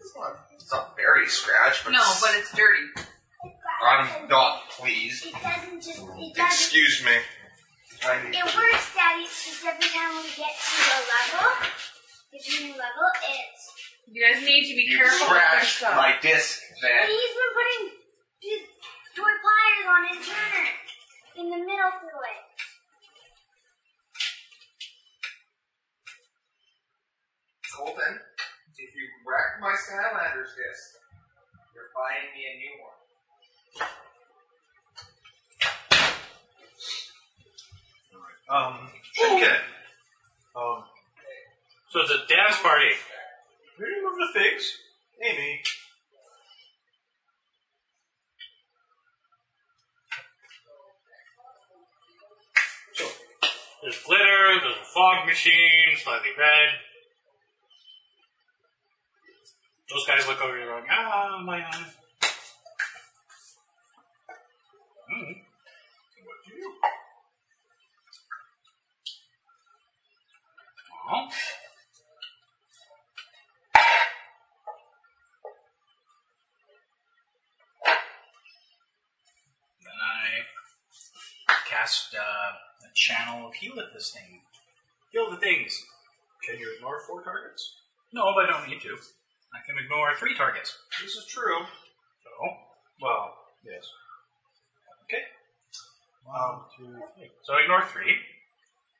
[SPEAKER 2] It's not, it's not very scratch, but,
[SPEAKER 5] No,
[SPEAKER 2] it's-
[SPEAKER 5] but it's dirty.
[SPEAKER 7] It
[SPEAKER 2] I'm
[SPEAKER 7] doesn't-
[SPEAKER 2] not pleased.
[SPEAKER 7] It doesn't just. It doesn't.
[SPEAKER 2] Excuse me. I need
[SPEAKER 7] It works, Daddy, because every time we get to a level, it's a new level, it's.
[SPEAKER 5] You guys need to be
[SPEAKER 2] you
[SPEAKER 5] careful with your
[SPEAKER 2] scratched
[SPEAKER 5] stuff.
[SPEAKER 2] my disc
[SPEAKER 7] But
[SPEAKER 2] then.
[SPEAKER 7] he's been putting his toy pliers on his turner in the middle through it.
[SPEAKER 2] Colton, if you wreck my Skylanders disc, you're buying me a new one.
[SPEAKER 3] Um, Shinken.
[SPEAKER 8] Um,
[SPEAKER 4] So it's a dance party.
[SPEAKER 8] maybe move the things. Amy.
[SPEAKER 4] There's glitter, there's a fog machine, slightly red. Those guys look over you going, ah, my eye. Mm. Well, Then I cast uh, a channel of heal at this thing. Heal the things.
[SPEAKER 8] Can you ignore four targets?
[SPEAKER 4] No, but I don't need to. I can ignore three targets.
[SPEAKER 8] This is true.
[SPEAKER 4] So,
[SPEAKER 8] Well, yes.
[SPEAKER 4] okay.
[SPEAKER 8] One, two, three.
[SPEAKER 4] So ignore three.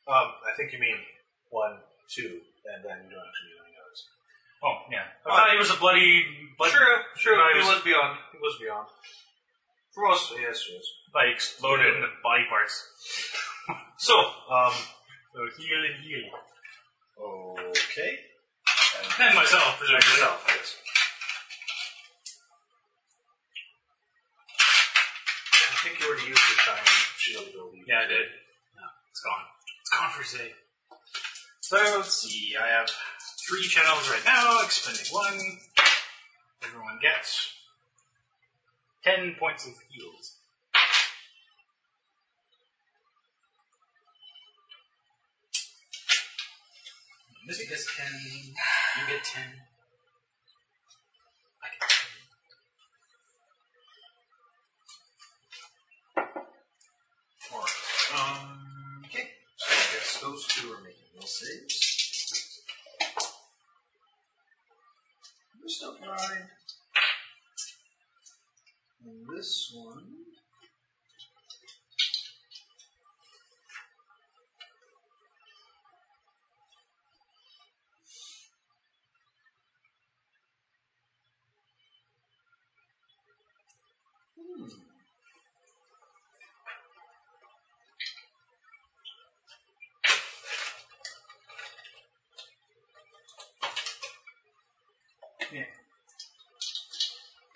[SPEAKER 8] Um, I think you mean one, two, and then you don't actually do any others.
[SPEAKER 4] Oh, yeah. I thought it was a bloody. bloody
[SPEAKER 8] True, true.
[SPEAKER 4] I
[SPEAKER 8] It
[SPEAKER 4] was-
[SPEAKER 8] was beyond. It was beyond. For us, yes, yes.
[SPEAKER 4] I exploded in the body parts. *laughs*
[SPEAKER 8] So, um,
[SPEAKER 4] So heal and heal.
[SPEAKER 8] okay.
[SPEAKER 4] And myself, presumably.
[SPEAKER 8] Myself, yes. I think you already used your time shield ability.
[SPEAKER 4] Yeah, I did. No, it's gone. It's gone for today. So let's see. I have three channels right now. Expending one. Everyone gets ten points of heals. Misty gets ten. You get ten. I get ten.
[SPEAKER 8] Um, okay. So I guess those two are making will saves. This applied. And this one.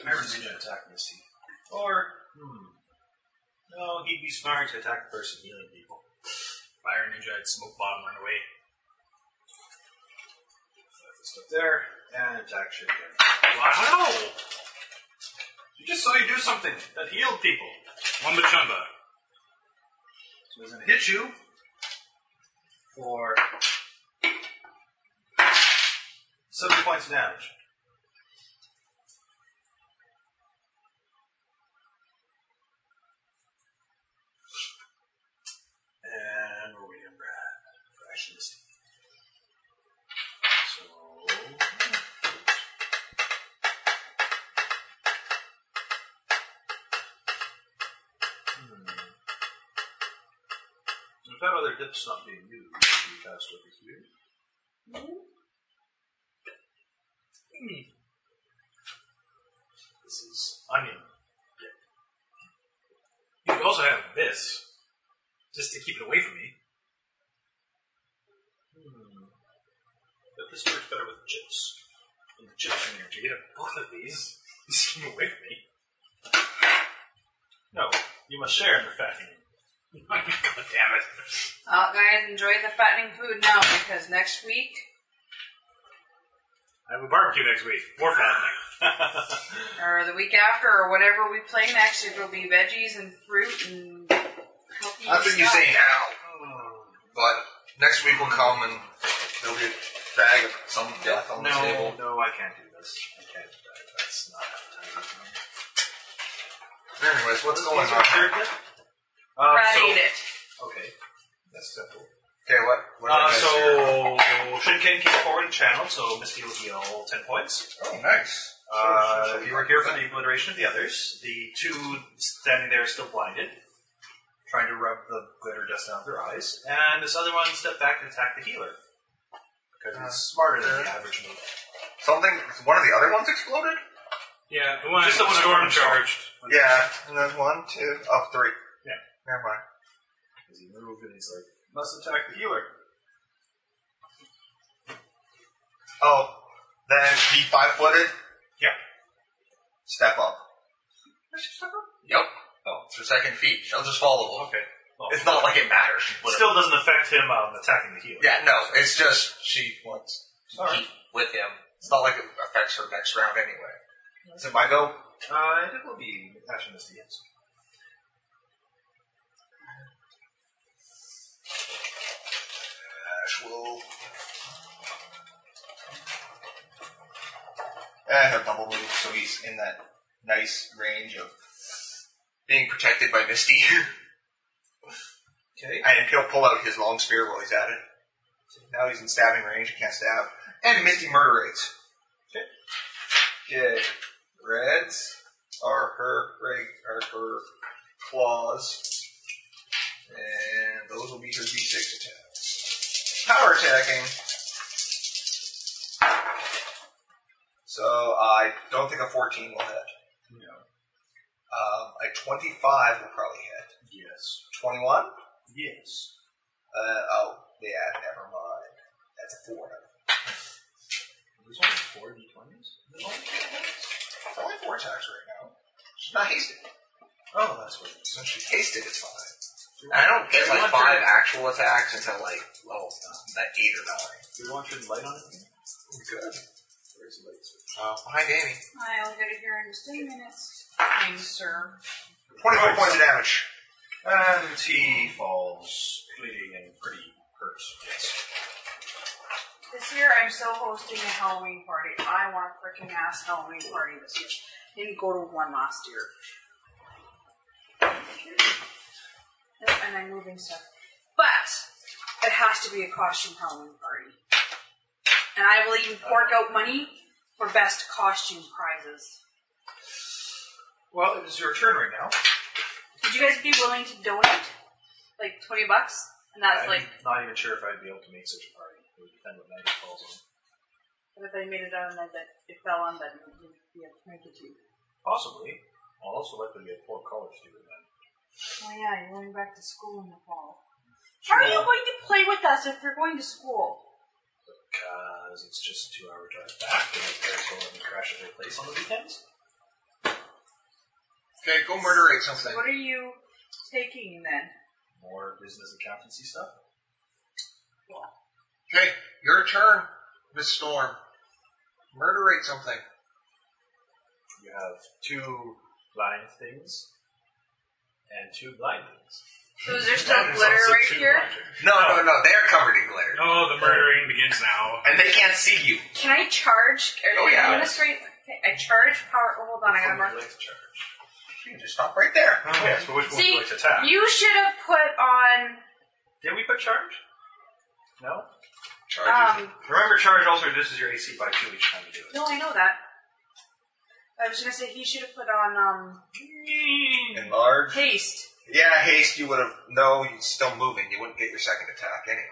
[SPEAKER 4] Iron's gonna attack Misty. Or, hmm. No, he'd be smart to attack the person healing people. Fire Ninja, I'd smoke bomb, run away. Put this up there, and attack shit again. Wow! You just saw you do something that healed people. Wumba Chumba.
[SPEAKER 3] So it's going to hit you for seven points of damage.
[SPEAKER 4] And we're waiting for for action to see. So. Hmm. If that other dip's not being used, we can cast over here. Hmm. This is onion. You could also have this, just to keep it away from me. Hmm. But this works better with chips. And the chips in here. If you get both of these, *laughs* just keep it away from me. No, you must share in the *laughs* fattening. God damn it.
[SPEAKER 5] Uh, guys, enjoy the fattening food now because next week
[SPEAKER 4] I have a barbecue next week. More fattening. *laughs*
[SPEAKER 5] or the week after or whatever we play next, it'll be veggies and fruit and healthy
[SPEAKER 2] That's what you
[SPEAKER 5] stuff.
[SPEAKER 2] say now. But next week will come and there'll be a bag of some death on the
[SPEAKER 4] No,
[SPEAKER 2] table.
[SPEAKER 4] no, I can't do this. I can't. That- That's not appetizing.
[SPEAKER 2] Anyways, what's going
[SPEAKER 4] What's
[SPEAKER 2] on?
[SPEAKER 4] your third
[SPEAKER 2] Okay,
[SPEAKER 4] bit? Uh,
[SPEAKER 5] Brad,
[SPEAKER 4] so,
[SPEAKER 5] eat it.
[SPEAKER 2] *laughs*
[SPEAKER 4] okay, that's simple.
[SPEAKER 2] what? what
[SPEAKER 4] Uh,
[SPEAKER 2] did I
[SPEAKER 4] so
[SPEAKER 2] miss here?
[SPEAKER 4] Shinken came forward and channeled, so Misty will heal ten points.
[SPEAKER 2] Oh, nice. Sure,
[SPEAKER 4] Uh,
[SPEAKER 2] sure, sure.
[SPEAKER 4] you were here for the obliteration of the others. The two standing there still blinded, trying to rub the glitter dust out of their eyes, and this other one stepped back and attacked the healer because he's smarter than the average move.
[SPEAKER 2] Something. One of the other ones exploded.
[SPEAKER 8] Yeah, the one
[SPEAKER 4] Just the one
[SPEAKER 8] storm
[SPEAKER 4] storm
[SPEAKER 8] charged.
[SPEAKER 2] Yeah, and then one, two, oh, three.
[SPEAKER 4] Yeah.
[SPEAKER 2] Never mind.
[SPEAKER 4] Because he moved and he's like, must attack the healer.
[SPEAKER 2] Oh, then be five footed.
[SPEAKER 4] Yeah.
[SPEAKER 2] Step up. Yep. Oh, it's her second feet. She'll just follow.
[SPEAKER 4] Okay. Well,
[SPEAKER 2] It's not like it matters.
[SPEAKER 4] still doesn't affect him um, attacking the healer.
[SPEAKER 2] Yeah, no. It's just she wants to
[SPEAKER 4] Alright.
[SPEAKER 2] keep with him. It's not like it affects her next round anyway. So my go.
[SPEAKER 4] Uh, it will be action Misty, yes.
[SPEAKER 2] Actual. Eh, he'll double move, so he's in that nice range of being protected by Misty.
[SPEAKER 4] Okay.
[SPEAKER 2] And he'll pull out his long spear while he's at it. So now he's in stabbing range, he can't stab. And Misty murder rates. Okay. Reds are her reg are her claws. And those will be her D6 attacks. Power attacking. So I don't think a 14 will hit.
[SPEAKER 4] No.
[SPEAKER 2] Um, a 25 will probably hit.
[SPEAKER 4] Yes.
[SPEAKER 2] 21?
[SPEAKER 4] Yes.
[SPEAKER 2] Uh, oh, yeah, never mind. That's a four.
[SPEAKER 4] There's only four d20s?
[SPEAKER 2] It's only four attacks right now. She's not hasted.
[SPEAKER 4] Oh, that's what it is.
[SPEAKER 2] Since she's hasted, it's fine. And I don't get like five actual attacks until like level that eight or nine.
[SPEAKER 4] Do we want your light on it?
[SPEAKER 2] Good.
[SPEAKER 4] Where's the light switch?
[SPEAKER 2] Oh, hi, Danny.
[SPEAKER 5] I'll get it here in just three minutes. Thanks, sir.
[SPEAKER 2] 24 points of damage.
[SPEAKER 4] And he falls, bleeding and pretty hurt. Yes.
[SPEAKER 5] This year, I'm still hosting a Halloween party. I want a freaking ass Halloween party this year. Didn't go to one last year. Nope, and I'm moving stuff. But it has to be a costume Halloween party. And I will even fork out money for best costume prizes.
[SPEAKER 4] Well, it is your turn right now.
[SPEAKER 5] Would you guys be willing to donate like 20 bucks? And that's
[SPEAKER 4] I'm
[SPEAKER 5] like,
[SPEAKER 4] not even sure if I'd be able to make such a party. It would depend what night it falls on.
[SPEAKER 5] what if I made it out and I bet it fell on that you would be able to make it to you?
[SPEAKER 4] Possibly. I'll also likely be a poor college student then.
[SPEAKER 5] Oh yeah, you're going back to school in the fall. How are you going to play with us if you're going to school?
[SPEAKER 4] God.
[SPEAKER 3] as it's just a two hour drive back, and it's very cool and crash at their place on the weekends.
[SPEAKER 9] Okay, go murderate
[SPEAKER 5] So
[SPEAKER 9] something.
[SPEAKER 5] what are you taking then?
[SPEAKER 3] More business accountancy stuff.
[SPEAKER 9] Okay, your turn, Miss Storm. Murderate something.
[SPEAKER 3] You have two blind things and two blind things.
[SPEAKER 5] So is there still glitter right here?
[SPEAKER 2] No, no, no. They're covered in glitter.
[SPEAKER 4] Oh, the murdering begins now.
[SPEAKER 2] And they can't see you.
[SPEAKER 5] Can I charge? Are
[SPEAKER 2] Oh,
[SPEAKER 5] you
[SPEAKER 2] yeah.
[SPEAKER 5] administrate? Okay, I charge power. oh, Hold on, I gotta
[SPEAKER 3] Would
[SPEAKER 5] mark.
[SPEAKER 3] you like to charge? Oh,
[SPEAKER 2] You can just stop right there.
[SPEAKER 9] Oh,
[SPEAKER 4] Yes, but which one would
[SPEAKER 5] See,
[SPEAKER 4] you like to attack?
[SPEAKER 5] you should have put on.
[SPEAKER 3] Did we put charge? No?
[SPEAKER 2] Charges.
[SPEAKER 5] Um,
[SPEAKER 3] Remember, charge also reduces your AC by two each time you do it.
[SPEAKER 5] no, I know that. I was gonna say he should have put on um
[SPEAKER 2] Enlarge.
[SPEAKER 5] haste.
[SPEAKER 2] Yeah, haste. You would have. No, you're still moving. You wouldn't get your second attack anyway.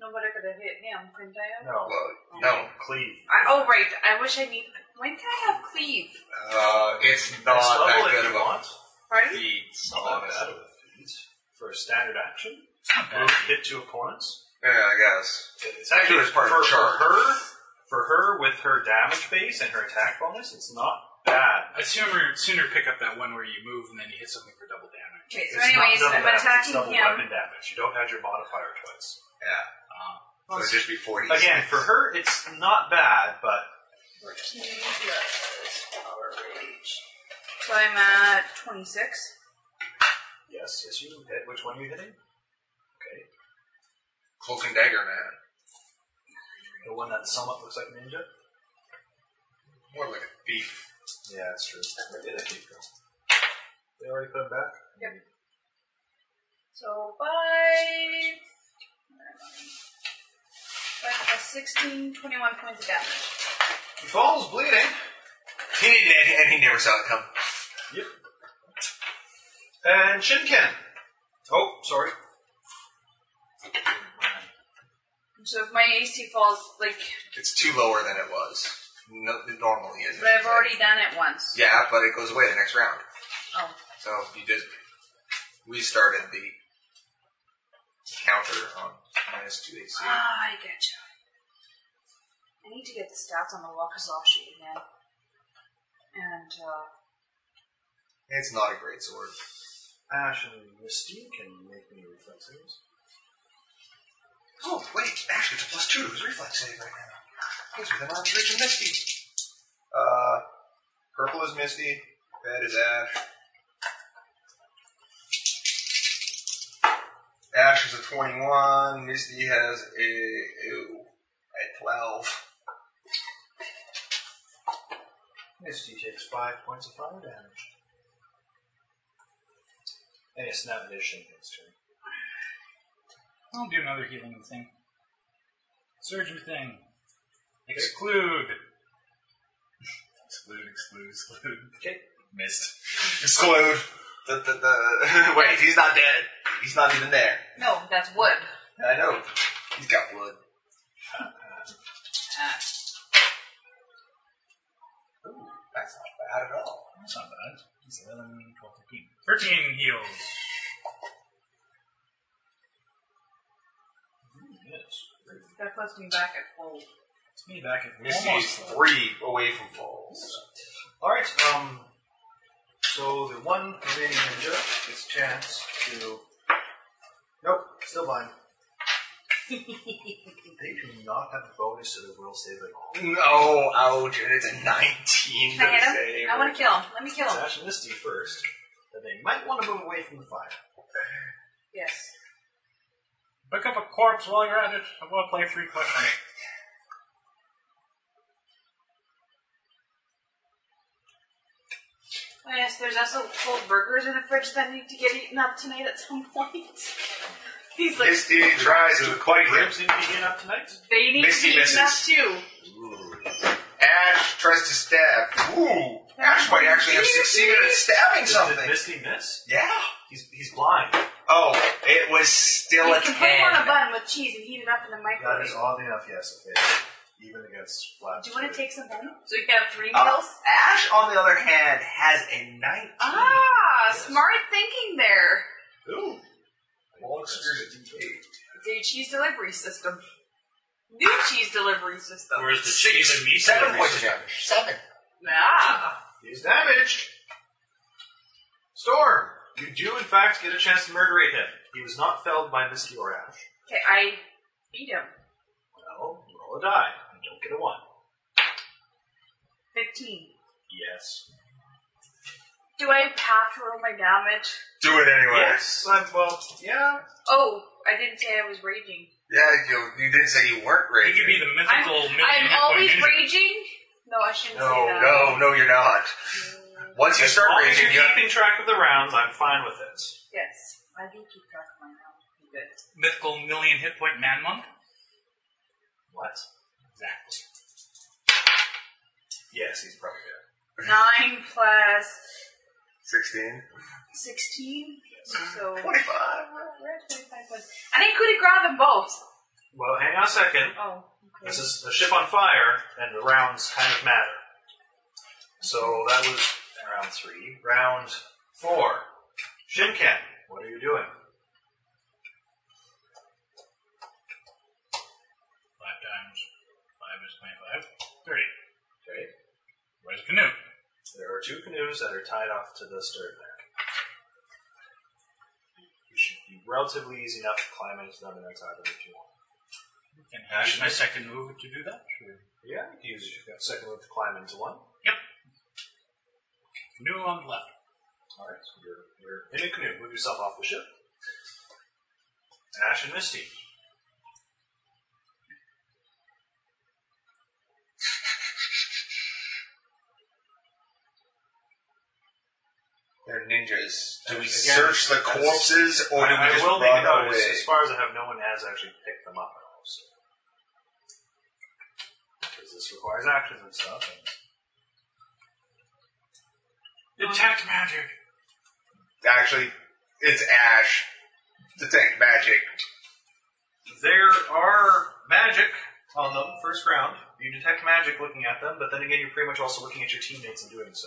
[SPEAKER 5] Nobody could have hit him, couldn't I have?
[SPEAKER 3] No.
[SPEAKER 2] Well, no.
[SPEAKER 3] Cleave.
[SPEAKER 5] I, oh right, I wish I need. When can I have cleave?
[SPEAKER 2] Uh, it's not
[SPEAKER 3] Next level
[SPEAKER 2] that
[SPEAKER 3] if
[SPEAKER 2] good of a
[SPEAKER 3] you want.
[SPEAKER 5] Pardon?
[SPEAKER 2] feat. It's
[SPEAKER 3] I'll
[SPEAKER 2] not
[SPEAKER 3] have
[SPEAKER 2] bad.
[SPEAKER 3] that with feet for a standard action. Move, hit two opponents.
[SPEAKER 2] Yeah, I guess.
[SPEAKER 3] It's actually
[SPEAKER 2] It's part of
[SPEAKER 3] for,
[SPEAKER 2] charge.
[SPEAKER 3] for her. For her, with her damage base and her attack bonus, it's not bad.
[SPEAKER 4] I'd sooner, sooner pick up that one where you move and then you hit something for double damage.
[SPEAKER 5] Okay,
[SPEAKER 3] It's
[SPEAKER 5] so
[SPEAKER 3] not
[SPEAKER 5] anyways,
[SPEAKER 3] double
[SPEAKER 5] I'm
[SPEAKER 3] damage, it's
[SPEAKER 5] attacking
[SPEAKER 3] double
[SPEAKER 5] him.
[SPEAKER 3] weapon damage. You don't add your modifier twice.
[SPEAKER 2] Yeah.
[SPEAKER 3] Uh,
[SPEAKER 2] So it'd Um, just be 40.
[SPEAKER 3] again, for her, it's not bad, but
[SPEAKER 5] He does power rage. So I'm at 26.
[SPEAKER 3] yes, yes, you hit. Which one are you hitting? Okay,
[SPEAKER 2] Cloak and Dagger Man.
[SPEAKER 3] the one that somewhat looks like ninja.
[SPEAKER 2] More like a thief.
[SPEAKER 3] Yeah, that's true. Where did that came from? They already put him back.
[SPEAKER 5] So five. Five plus 16, 21 points of damage.
[SPEAKER 2] He falls bleeding. He didn't, and he never saw it come.
[SPEAKER 3] Yep.
[SPEAKER 2] And Shinken.
[SPEAKER 3] Oh, sorry.
[SPEAKER 5] So if my AC falls, like,
[SPEAKER 2] It's too lower than it was. No, it normally is. I
[SPEAKER 5] but I've
[SPEAKER 2] should say.
[SPEAKER 5] already done it once.
[SPEAKER 2] Yeah, but it goes away the next round.
[SPEAKER 5] Oh.
[SPEAKER 2] So you just restarted the counter on minus two AC.
[SPEAKER 5] Ah, I get you. I need to get the stats on the Wakazashi again. And, uh,
[SPEAKER 2] It's not a great sword.
[SPEAKER 3] Ash and Misty can make me reflex saves.
[SPEAKER 2] Oh, wait, actually, it's a plus two to his reflex save right now. He's within arm's reach of Misty. Uh, purple is Misty, red is Ash. Ash is a 21, Misty has a, ew, a 12.
[SPEAKER 3] Misty takes five points of fire damage. And it's not vision against her.
[SPEAKER 4] I'll do another healing thing. Surgery thing. Exclude. Exclude, exclude, exclude.
[SPEAKER 3] Okay.
[SPEAKER 4] Missed.
[SPEAKER 2] Exclude. The, the, the, *laughs* wait, he's not dead. He's not even there.
[SPEAKER 5] no, that's wood.
[SPEAKER 2] I know. He's got wood.
[SPEAKER 5] Uh,
[SPEAKER 2] Ooh, that's not bad at all.
[SPEAKER 4] That's not bad. It's 11, 12, 13. 13 heals.
[SPEAKER 3] Yes.
[SPEAKER 5] That puts me back at full.
[SPEAKER 4] It's me back at
[SPEAKER 2] Misty's
[SPEAKER 4] almost
[SPEAKER 2] three away from falls.
[SPEAKER 3] Alright, um. So the one remaining ninja gets a chance to. Nope, still blind.
[SPEAKER 2] *laughs*
[SPEAKER 3] they do not have a bonus to their will save at all.
[SPEAKER 2] No, Oh, ouch, and it's a 19
[SPEAKER 5] Can I
[SPEAKER 2] to
[SPEAKER 5] hit
[SPEAKER 2] save.
[SPEAKER 5] him? I want to kill him. Let me kill
[SPEAKER 3] It's
[SPEAKER 5] him.
[SPEAKER 3] Ash and Misty first, then they might want to move away from the fire.
[SPEAKER 5] Yes.
[SPEAKER 4] Pick up a corpse while you're at it. I want to play three questions.
[SPEAKER 5] Oh, yes, there's also cold burgers in the fridge that need to get eaten up tonight at some point. *laughs* He's like,
[SPEAKER 2] Misty tries to quite
[SPEAKER 3] Ribs need to be getting up tonight?
[SPEAKER 5] they need
[SPEAKER 2] Misty
[SPEAKER 5] to be eaten up
[SPEAKER 2] misses.
[SPEAKER 5] too.
[SPEAKER 2] Ash tries to stab. Ooh, Ash might actually have succeeded at stabbing
[SPEAKER 3] Did
[SPEAKER 2] something.
[SPEAKER 3] Misty miss?
[SPEAKER 2] Yeah.
[SPEAKER 3] He's, he's blind.
[SPEAKER 2] Oh, it was still
[SPEAKER 5] You
[SPEAKER 2] a
[SPEAKER 5] can put him on a
[SPEAKER 2] 10.
[SPEAKER 5] bun with cheese and heat it up in the
[SPEAKER 3] That is
[SPEAKER 5] microwave.
[SPEAKER 3] oddly enough, yes, okay. Even against flat.
[SPEAKER 5] Do you want to take some home? So you have three
[SPEAKER 2] Uh,
[SPEAKER 5] meals?
[SPEAKER 2] Ash, on the other hand, has a 19.
[SPEAKER 5] Ah, smart thinking there.
[SPEAKER 3] Ooh!
[SPEAKER 2] Long spirit.
[SPEAKER 5] It's a cheese delivery system. New cheese delivery system.
[SPEAKER 4] Whereas the
[SPEAKER 2] Six-
[SPEAKER 4] cheese and meat
[SPEAKER 2] Seven
[SPEAKER 4] delivery
[SPEAKER 2] points of
[SPEAKER 4] system-
[SPEAKER 2] damage. Seven.
[SPEAKER 5] Ah.
[SPEAKER 3] He's damaged. Storm, you do in fact get a chance to murder him. He was not felled by Misty or Ash.
[SPEAKER 5] Okay, I beat him.
[SPEAKER 3] Well, roll a die. and Don't get a one.
[SPEAKER 5] 15.
[SPEAKER 3] Yes.
[SPEAKER 5] Do I have to roll my damage?
[SPEAKER 2] Do it anyway.
[SPEAKER 3] Yes. Uh, Well, yeah.
[SPEAKER 5] Oh, I didn't say I was raging.
[SPEAKER 2] Yeah, you, you didn't say you weren't
[SPEAKER 4] You
[SPEAKER 2] raging.
[SPEAKER 4] could be the
[SPEAKER 5] I'm,
[SPEAKER 4] mythical million hit
[SPEAKER 5] I'm
[SPEAKER 4] point
[SPEAKER 5] always
[SPEAKER 4] ninja.
[SPEAKER 5] raging? No, I shouldn't say
[SPEAKER 2] no, no,
[SPEAKER 5] that.
[SPEAKER 2] no, you're not. Once you
[SPEAKER 8] As
[SPEAKER 2] start
[SPEAKER 8] long as
[SPEAKER 2] raging, you
[SPEAKER 8] you're keeping track of the rounds, I'm fine with it.
[SPEAKER 5] Yes, I do keep track of my damage. Good.
[SPEAKER 4] mythical million hit point man monk.
[SPEAKER 3] What?
[SPEAKER 4] Exactly.
[SPEAKER 3] Yes, he's probably dead.
[SPEAKER 5] 9 plus
[SPEAKER 2] 16,
[SPEAKER 5] 16? So,
[SPEAKER 2] 25.
[SPEAKER 5] we're at 25 points. And I could have grabbed them both.
[SPEAKER 3] Well, hang on a second.
[SPEAKER 5] Oh, okay.
[SPEAKER 3] This is a ship on fire, and the rounds kind of matter. So that was round three. Round four. Shinken, what are you doing?
[SPEAKER 4] Five times five is twenty-five. Thirty. Okay. Where's the canoe?
[SPEAKER 3] There are two canoes that are tied off to the stern there. You should be relatively easy enough to climb into them and untie them if you want.
[SPEAKER 4] Can I use my second move to do that? Sure.
[SPEAKER 3] Yeah, you can use your second move to climb into one.
[SPEAKER 4] Yep. Canoe on the left.
[SPEAKER 3] Alright, so you're, you're in a canoe. Move yourself off the ship. Ash and Misty.
[SPEAKER 2] They're ninjas. Do we
[SPEAKER 3] Again,
[SPEAKER 2] search the
[SPEAKER 3] that's-
[SPEAKER 2] corpses or do we
[SPEAKER 3] I, I
[SPEAKER 2] just
[SPEAKER 3] will make a
[SPEAKER 2] run
[SPEAKER 3] note.
[SPEAKER 2] away?
[SPEAKER 3] As far as I have, no one has actually picked them up at all. So. Because this requires actions and stuff. And
[SPEAKER 4] Detect magic.
[SPEAKER 2] Actually, it's Ash. Detect magic.
[SPEAKER 3] There are magic on them, first round. You detect magic looking at them, but then again, you're pretty much also looking at your teammates and doing so.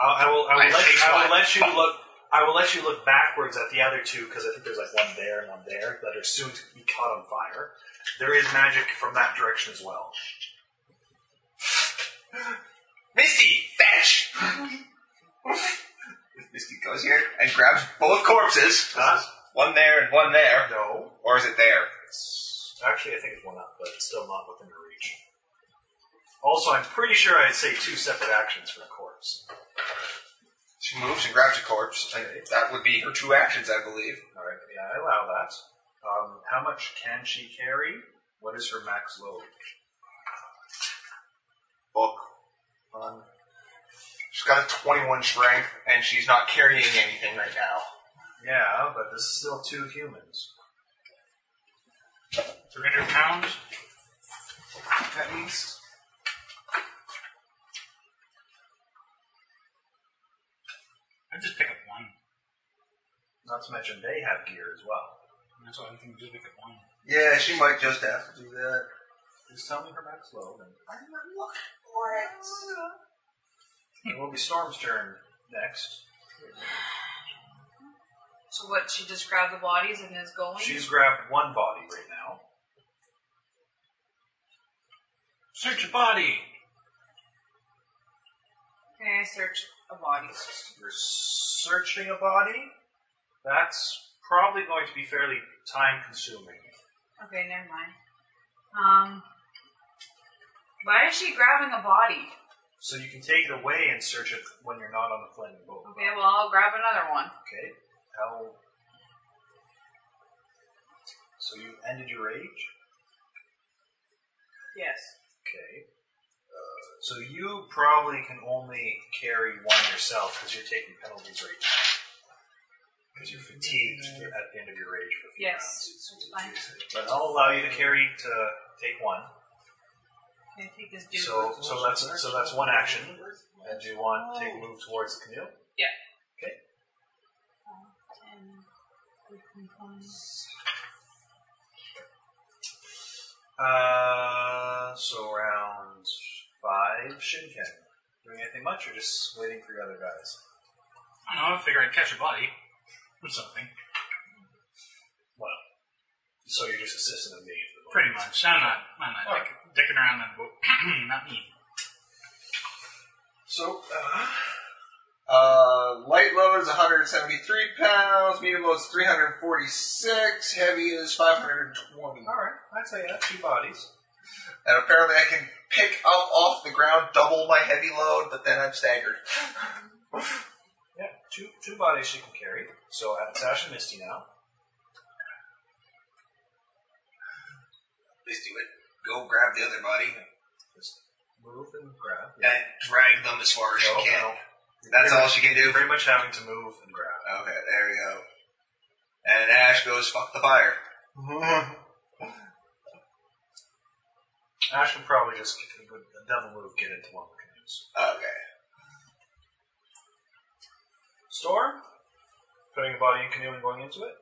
[SPEAKER 3] Uh, I I will. I will,
[SPEAKER 2] I
[SPEAKER 3] let,
[SPEAKER 2] take
[SPEAKER 3] I
[SPEAKER 2] one.
[SPEAKER 3] will let you look. I will let you look backwards at the other two because I think there's like one there and one there that are soon to be caught on fire. There is magic from that direction as well.
[SPEAKER 2] Misty, fetch! *laughs* Misty goes here and grabs both corpses.
[SPEAKER 3] Huh?
[SPEAKER 2] One there and one there.
[SPEAKER 3] No,
[SPEAKER 2] Or is it there?
[SPEAKER 3] It's- Actually, I think it's one up, but it's still not within her reach. Also, I'm pretty sure I'd say two separate actions for a corpse.
[SPEAKER 2] She moves and grabs a corpse. and That would be her two actions, I believe.
[SPEAKER 3] All right, yeah, I allow that. Um, how much can she carry? What is her max load?
[SPEAKER 2] Book.
[SPEAKER 3] Um,
[SPEAKER 2] She's got a 21 strength, and she's not carrying anything right now.
[SPEAKER 3] yeah, but this is still two humans.
[SPEAKER 4] Three hundred pounds.
[SPEAKER 3] At least.
[SPEAKER 4] I just pick up one.
[SPEAKER 3] Not to mention they have gear as well.
[SPEAKER 4] That's all I can do. Pick up one.
[SPEAKER 2] Yeah, she might just have to do that.
[SPEAKER 3] Just tell me her max load. And
[SPEAKER 4] Hmm.
[SPEAKER 3] I did not look for it. It will be Storm's turn next.
[SPEAKER 5] So what, she just grabbed the bodies and is
[SPEAKER 4] Oh,
[SPEAKER 5] going?
[SPEAKER 3] She's grabbed one body right now.
[SPEAKER 4] Search a body.
[SPEAKER 5] Can I search a body?
[SPEAKER 3] You're searching a body? That's probably going to be fairly time consuming.
[SPEAKER 5] Okay, never mind. Um, why is she grabbing a body?
[SPEAKER 3] So you can take it away and search it when you're not on the flaming boat.
[SPEAKER 5] Okay, well, I'll grab another one.
[SPEAKER 3] Okay. How. So you ended your age?
[SPEAKER 5] Yes.
[SPEAKER 3] Okay. Uh, so you probably can only carry one yourself because you're taking penalties right now. Because you're fatigued at the end of your rage for a few
[SPEAKER 5] Yes,
[SPEAKER 3] rounds.
[SPEAKER 5] that's
[SPEAKER 3] But I'll allow you to carry to take one.
[SPEAKER 5] Can I take this dude?
[SPEAKER 3] So, so that's so that's one action. And do you want to take a move towards the canoe?
[SPEAKER 5] And we can find-
[SPEAKER 3] Uh, so round five, Shinken. Doing anything much, or just waiting for your other guys?
[SPEAKER 4] I don't know. I figure I'd catch a body or something.
[SPEAKER 3] So you're just assisting with me. For the
[SPEAKER 4] Pretty much. I'm not. I'm not
[SPEAKER 3] Alright.
[SPEAKER 4] dick- dicking around on boat. *clears throat* not me.
[SPEAKER 10] So, uh,
[SPEAKER 11] Uh, light load is 173 pounds, medium load is 346, heavy is 520.
[SPEAKER 10] alright, I'd say that's two bodies.
[SPEAKER 11] And apparently I can pick up off the ground double my heavy load, but then I'm staggered.
[SPEAKER 3] Yeah, two two bodies she can carry. So I have Sasha and Misty now.
[SPEAKER 2] Please do it. Go grab the other body
[SPEAKER 3] Move and grab.
[SPEAKER 2] and drag them as far as
[SPEAKER 3] No,
[SPEAKER 2] you can.
[SPEAKER 3] no.
[SPEAKER 2] That's all she can do.
[SPEAKER 3] You're very much having to move and grab.
[SPEAKER 2] Okay, there we go. And Ash goes, fuck the fire. Mm-hmm.
[SPEAKER 3] Ash would probably just with a devil move get into one of the canoes.
[SPEAKER 2] Okay.
[SPEAKER 3] Storm, putting a body in canoe and going into it.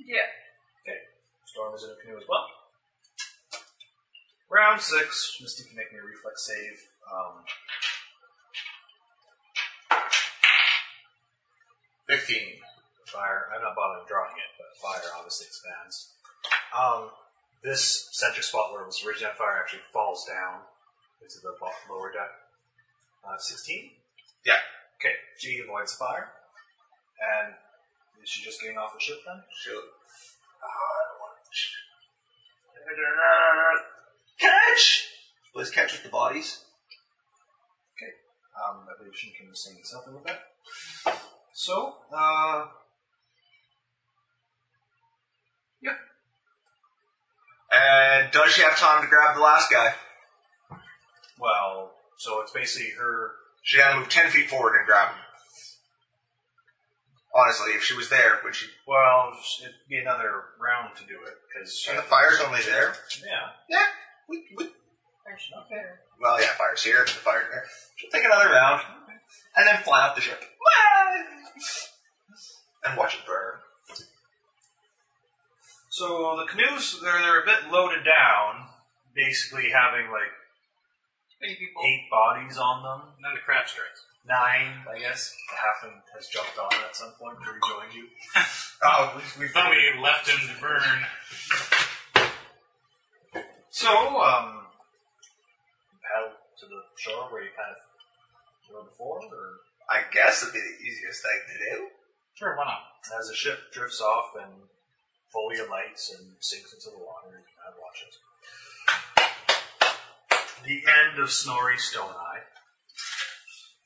[SPEAKER 5] Yeah.
[SPEAKER 3] Storm is in a canoe as well. Round six. Misty can make me a reflex save. Um,
[SPEAKER 11] 15.
[SPEAKER 3] fire. I'm not bothering drawing it, but fire obviously expands. Um, this center spot where it was originally on fire actually falls down into the bo- lower deck. Uh, 16?
[SPEAKER 2] Yeah.
[SPEAKER 3] Okay, she avoids fire. And is she just getting off the ship then?
[SPEAKER 2] She'll,
[SPEAKER 3] Catch!
[SPEAKER 2] let's catch up the bodies.
[SPEAKER 3] Um, I believe she can sing something with that. So, uh,
[SPEAKER 2] And does she have time to grab the last guy?
[SPEAKER 3] well, so it's basically her.
[SPEAKER 2] She gotta move 10 feet forward and grab him. Honestly, if she was there, would she?
[SPEAKER 3] Well, it'd be another round to do it because
[SPEAKER 2] And the fire's only there.
[SPEAKER 3] Yeah.
[SPEAKER 2] Yeah. We, we,
[SPEAKER 3] Okay.
[SPEAKER 2] well, yeah, fire's here, the fire's there. She'll take another round and then fly off the ship. and watch it burn.
[SPEAKER 3] So the canoes they're they're a bit loaded down, basically having like
[SPEAKER 5] Many people.
[SPEAKER 3] eight bodies on them.
[SPEAKER 4] Another crab strikes.
[SPEAKER 3] Nine, I guess. Half of them has jumped on at some point to rejoin
[SPEAKER 4] *laughs*
[SPEAKER 3] you.
[SPEAKER 2] Oh, we- we-
[SPEAKER 4] I thought we left him to burn.
[SPEAKER 3] So, um paddle to the shore where you kind of were before or
[SPEAKER 2] I guess it'd be the easiest thing to do.
[SPEAKER 4] Sure, why not?
[SPEAKER 3] as the ship drifts off and fully alights and sinks into the water, you kind of watch it. The end of Snorri Stone Eye.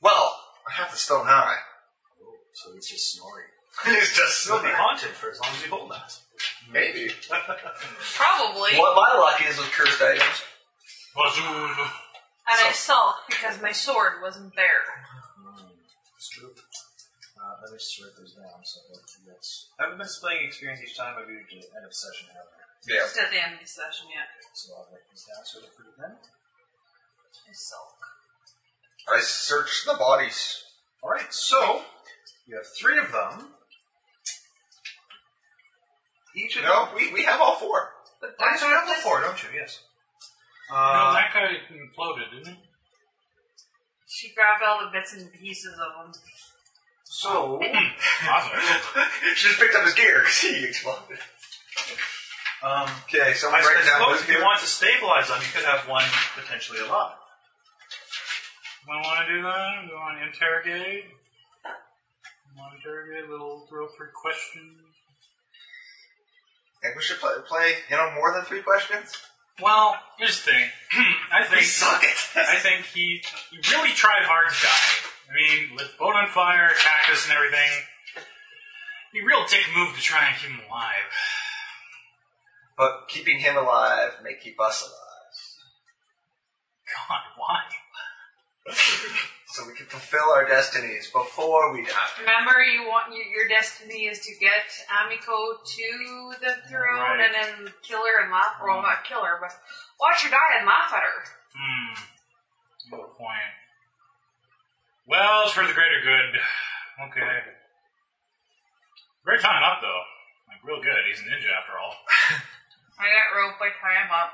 [SPEAKER 2] Well, I have the stone eye. *laughs*
[SPEAKER 3] Oh, so it's just Snorri.
[SPEAKER 2] it's just
[SPEAKER 3] He'll be
[SPEAKER 2] silver.
[SPEAKER 3] haunted for as long as you hold that.
[SPEAKER 2] Maybe.
[SPEAKER 5] Probably.
[SPEAKER 2] What my luck is with cursed items.
[SPEAKER 4] Bazoon.
[SPEAKER 3] uh,
[SPEAKER 5] And I sulk because my sword wasn't there.
[SPEAKER 3] Um, It's true. Uh, let me just write those down. So that's. I haven't been displaying experience each time I do the end of session, have I?
[SPEAKER 2] Yeah.
[SPEAKER 5] Just at the end of the session, yeah.
[SPEAKER 3] So I'll write these down so they're pretty then.
[SPEAKER 5] I sulk.
[SPEAKER 2] I searched the bodies.
[SPEAKER 3] Alright, so you have three of them. Each of
[SPEAKER 2] No,
[SPEAKER 3] them.
[SPEAKER 2] we, we have all four.
[SPEAKER 5] But
[SPEAKER 3] Oh, yes,
[SPEAKER 5] that's
[SPEAKER 3] you have the four, don't you? Yes. Uh,
[SPEAKER 4] no, that guy imploded, didn't he?
[SPEAKER 5] She grabbed all the bits and pieces of them.
[SPEAKER 2] *laughs*
[SPEAKER 3] so,
[SPEAKER 4] Awesome.
[SPEAKER 2] she just picked up his gear *laughs* because he exploded.
[SPEAKER 3] um,
[SPEAKER 2] Okay, so
[SPEAKER 3] I
[SPEAKER 2] I'm writing down
[SPEAKER 3] suppose
[SPEAKER 2] those
[SPEAKER 3] if you
[SPEAKER 2] gear.
[SPEAKER 3] want to stabilize them, you could have one potentially alive.
[SPEAKER 4] We want to do that? We want to interrogate? We want to interrogate? Little throw for questions?
[SPEAKER 2] think we should play, play, you know, more than three questions.
[SPEAKER 4] Well, here's the thing. *clears throat* I think I think he, he really tried hard to die. I mean, with boat on fire, cactus and everything. He real dick move to try and keep him alive.
[SPEAKER 2] *laughs*
[SPEAKER 4] *laughs*
[SPEAKER 2] But keeping him alive may keep us alive.
[SPEAKER 4] God, why?
[SPEAKER 2] So we can fulfill our destinies before we die.
[SPEAKER 5] Remember, you want you, your destiny is to get Amiko to the throne,
[SPEAKER 4] Right.
[SPEAKER 5] and then kill her and laugh. Well, not kill her, but watch her die and laugh at her.
[SPEAKER 4] Hmm. Good point. Well, it's for the greater good. Okay. Great time up though. Like real good. He's a ninja after all.
[SPEAKER 5] I got rope. I tie him up.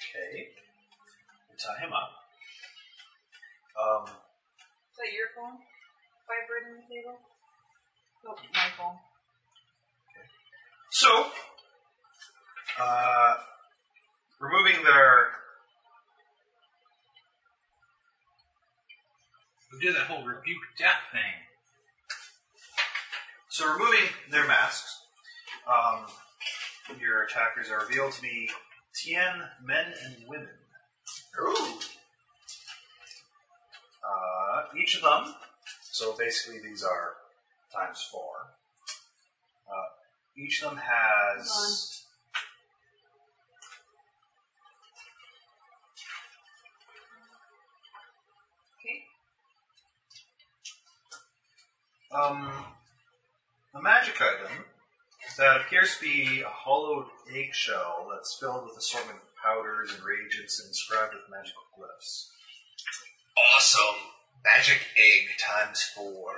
[SPEAKER 3] Okay. You tie him up. Um,
[SPEAKER 5] Is that your phone vibrating the table? Nope, my phone.
[SPEAKER 3] So, uh, removing their.
[SPEAKER 4] We did that whole rebuke death thing.
[SPEAKER 3] So, removing their masks, um, your attackers are revealed to be Tien men and women. Ooh! Uh, each of them, so basically these are times four. Uh, each of them has.
[SPEAKER 5] Okay.
[SPEAKER 3] Um, a magic item that appears to be a hollowed eggshell that's filled with assortment of powders and reagents inscribed with magical glyphs.
[SPEAKER 2] Awesome. Magic egg times four.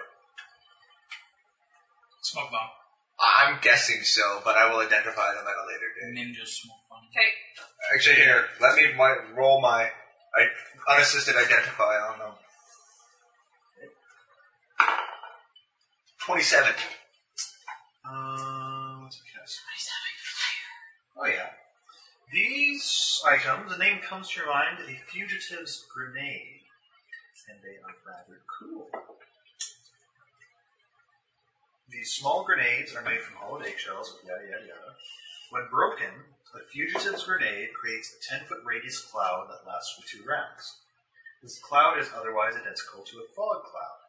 [SPEAKER 4] Smoke bomb.
[SPEAKER 2] I'm guessing so, but I will identify them at a later date.
[SPEAKER 4] Ninja smoke bomb.
[SPEAKER 5] Okay.
[SPEAKER 2] Actually, here, let me my, roll my I, unassisted identify on them. 27.
[SPEAKER 3] Uh, what's it cast? Oh yeah. These items, the name comes to your mind, a fugitive's grenade. And they are rather cool. These small grenades are made from hollowed eggshells, yada yada yada. When broken, a fugitive's grenade creates a 10 foot radius cloud that lasts for two rounds. This cloud is otherwise identical to a fog cloud.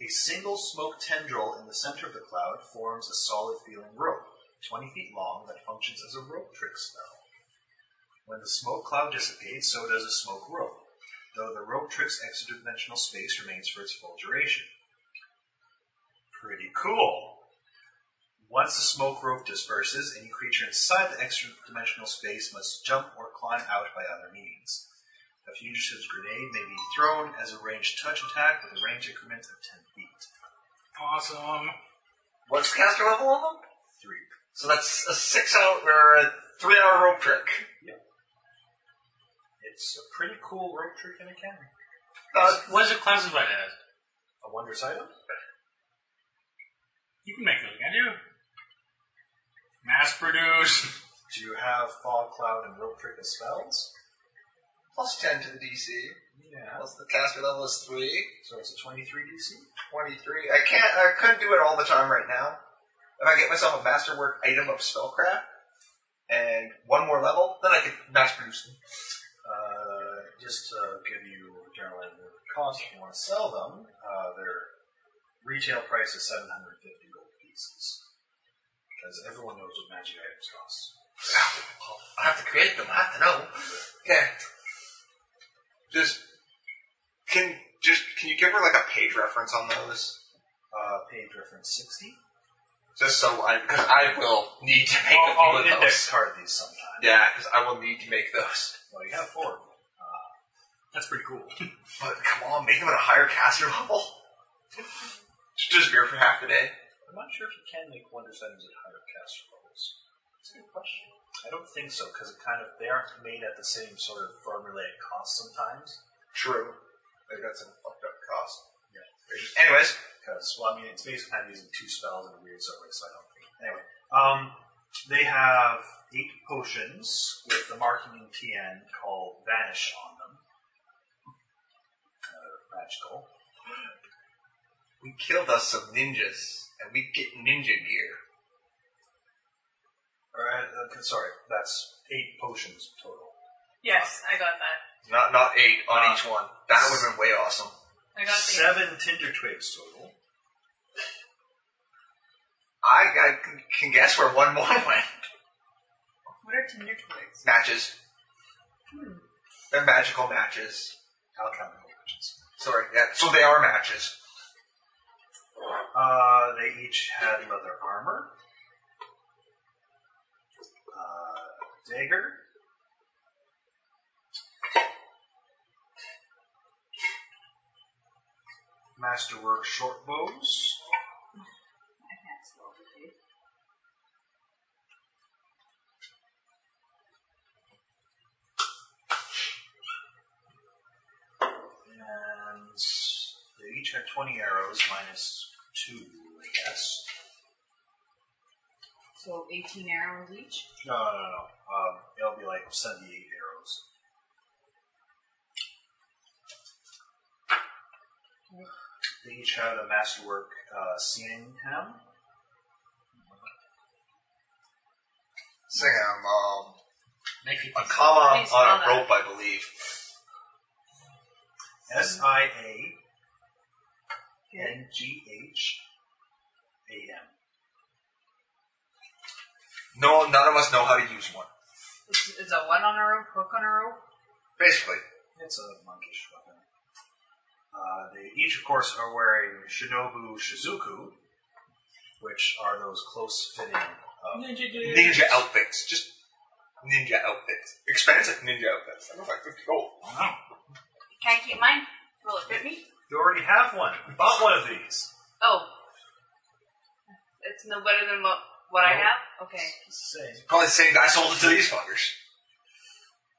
[SPEAKER 3] A single smoke tendril in the center of the cloud forms a solid feeling rope, 20 feet long, that functions as a rope trick spell. When the smoke cloud dissipates, so does a smoke rope, though the rope trick's extra-dimensional space remains for its full duration. Pretty cool. Once the smoke rope disperses, any creature inside the extra-dimensional space must jump or climb out by other means. A fugitive's grenade may be thrown as a ranged touch attack with a range increment of 10 feet.
[SPEAKER 4] Awesome.
[SPEAKER 2] What's caster level on them?
[SPEAKER 3] Three.
[SPEAKER 2] So that's a six hour or a three hour rope trick.
[SPEAKER 3] It's a pretty cool rope trick in a cannon.
[SPEAKER 2] Uh,
[SPEAKER 4] what is it classified as?
[SPEAKER 3] A wondrous item?
[SPEAKER 4] You can make those, can't you? Mass produce. *laughs*
[SPEAKER 3] Do you have fog cloud and rope trick as spells?
[SPEAKER 2] plus 10 to the DC.
[SPEAKER 3] Yeah.
[SPEAKER 2] Plus the caster level is 3.
[SPEAKER 3] So it's a 23 DC?
[SPEAKER 2] 23. I can't, I couldn't do it all the time right now. If I get myself a masterwork item of spellcraft and one more level, then I could mass produce them.
[SPEAKER 3] Uh, just to give you a general idea of the cost, if you want to sell them, uh, their retail price is 750 gold pieces. Because everyone knows what magic items cost.
[SPEAKER 2] I have to create them. I have to know. Yeah. Just can just can you give her like a page reference on those?
[SPEAKER 3] Uh, page reference 60.
[SPEAKER 2] Just so I because I will need to make
[SPEAKER 3] I'll, I'll
[SPEAKER 2] a few of
[SPEAKER 3] index
[SPEAKER 2] those.
[SPEAKER 3] card these sometime.
[SPEAKER 2] Yeah, because I will need to make those.
[SPEAKER 3] Well, you have four of them. Uh,
[SPEAKER 4] That's pretty cool.
[SPEAKER 2] But come on, make them at a higher caster level. Just disappear for half the day.
[SPEAKER 3] I'm not sure if you can make wondrous items at higher caster levels. That's a good question. I don't think so because it kind of they aren't made at the same sort of formulaic cost sometimes.
[SPEAKER 2] True. They got some fucked up cost.
[SPEAKER 3] Yeah.
[SPEAKER 2] Anyways,
[SPEAKER 3] Because well, I mean, it's basically kind of using two spells in a weird sort of way. So I don't think. Anyway, um, they have eight potions with the marking in TN called Vanish on them. Uh, magical.
[SPEAKER 2] we killed us some ninjas, and we get ninja gear.
[SPEAKER 3] All right, uh, sorry, that's eight potions total.
[SPEAKER 5] Yes, I got that.
[SPEAKER 2] Not not eight on each one. That would have been way awesome.
[SPEAKER 5] I got the.
[SPEAKER 3] Seven tinder twigs total.
[SPEAKER 2] I, I can- can guess where one more *laughs* went.
[SPEAKER 5] What are Tinder twigs?
[SPEAKER 2] Matches. They're magical matches.
[SPEAKER 3] Alchemical potions.
[SPEAKER 2] Sorry, yeah, so they are matches.
[SPEAKER 3] Uh, they each had leather armor, uh, dagger, masterwork short bows,
[SPEAKER 5] I can't spell the dude.
[SPEAKER 3] and they each had 20 arrows minus two, I guess.
[SPEAKER 5] So 18 arrows each.
[SPEAKER 3] No, no, no. no. Um, it'll be like 78 arrows. They each have a masterwork uh, singing hymn.
[SPEAKER 2] Sing um, um,
[SPEAKER 4] Make me
[SPEAKER 2] a
[SPEAKER 4] think.
[SPEAKER 2] comma
[SPEAKER 5] Please
[SPEAKER 2] on a
[SPEAKER 5] spell that.
[SPEAKER 2] rope, I believe.
[SPEAKER 3] S I A
[SPEAKER 5] Okay.
[SPEAKER 3] N G H A M.
[SPEAKER 2] No, none of us know how to use one.
[SPEAKER 5] It's, it's a what on a rope? Hook on a rope?
[SPEAKER 2] Basically,
[SPEAKER 3] It's a monkish weapon. Uh, they each, of course, are wearing Shinobu Shizuku, which are those close fitting. Uh,
[SPEAKER 2] ninja outfits. Just ninja outfits. Expensive ninja outfits. That looks like 50 gold.
[SPEAKER 5] Can I keep mine? Will it fit me?
[SPEAKER 3] you already have one. We bought one of these.
[SPEAKER 5] Oh. It's no better than what, what I have? Okay.
[SPEAKER 3] It's the same.
[SPEAKER 2] Probably the same guy sold it to these fuckers.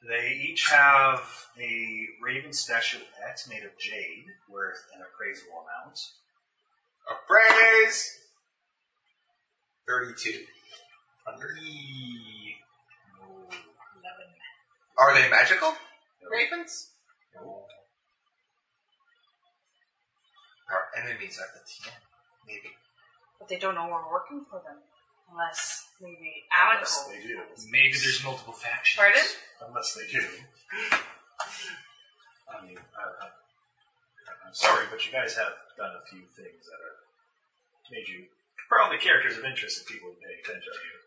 [SPEAKER 3] They each have a raven statuette made of jade, worth an appraisal amount.
[SPEAKER 2] A praise! 32.
[SPEAKER 3] E- no.
[SPEAKER 2] Are they magical? Ravens?
[SPEAKER 3] No.
[SPEAKER 2] Our enemies are the TM. Maybe.
[SPEAKER 5] But they don't know we're working for them. Unless maybe
[SPEAKER 3] Unless
[SPEAKER 5] Alico.
[SPEAKER 3] they do.
[SPEAKER 4] Maybe there's multiple factions.
[SPEAKER 5] Pardon?
[SPEAKER 3] Unless they do.
[SPEAKER 4] *laughs*
[SPEAKER 3] I mean, uh, I, I, I'm sorry, but you guys have done a few things that are made you probably characters of interest if people would pay attention to you.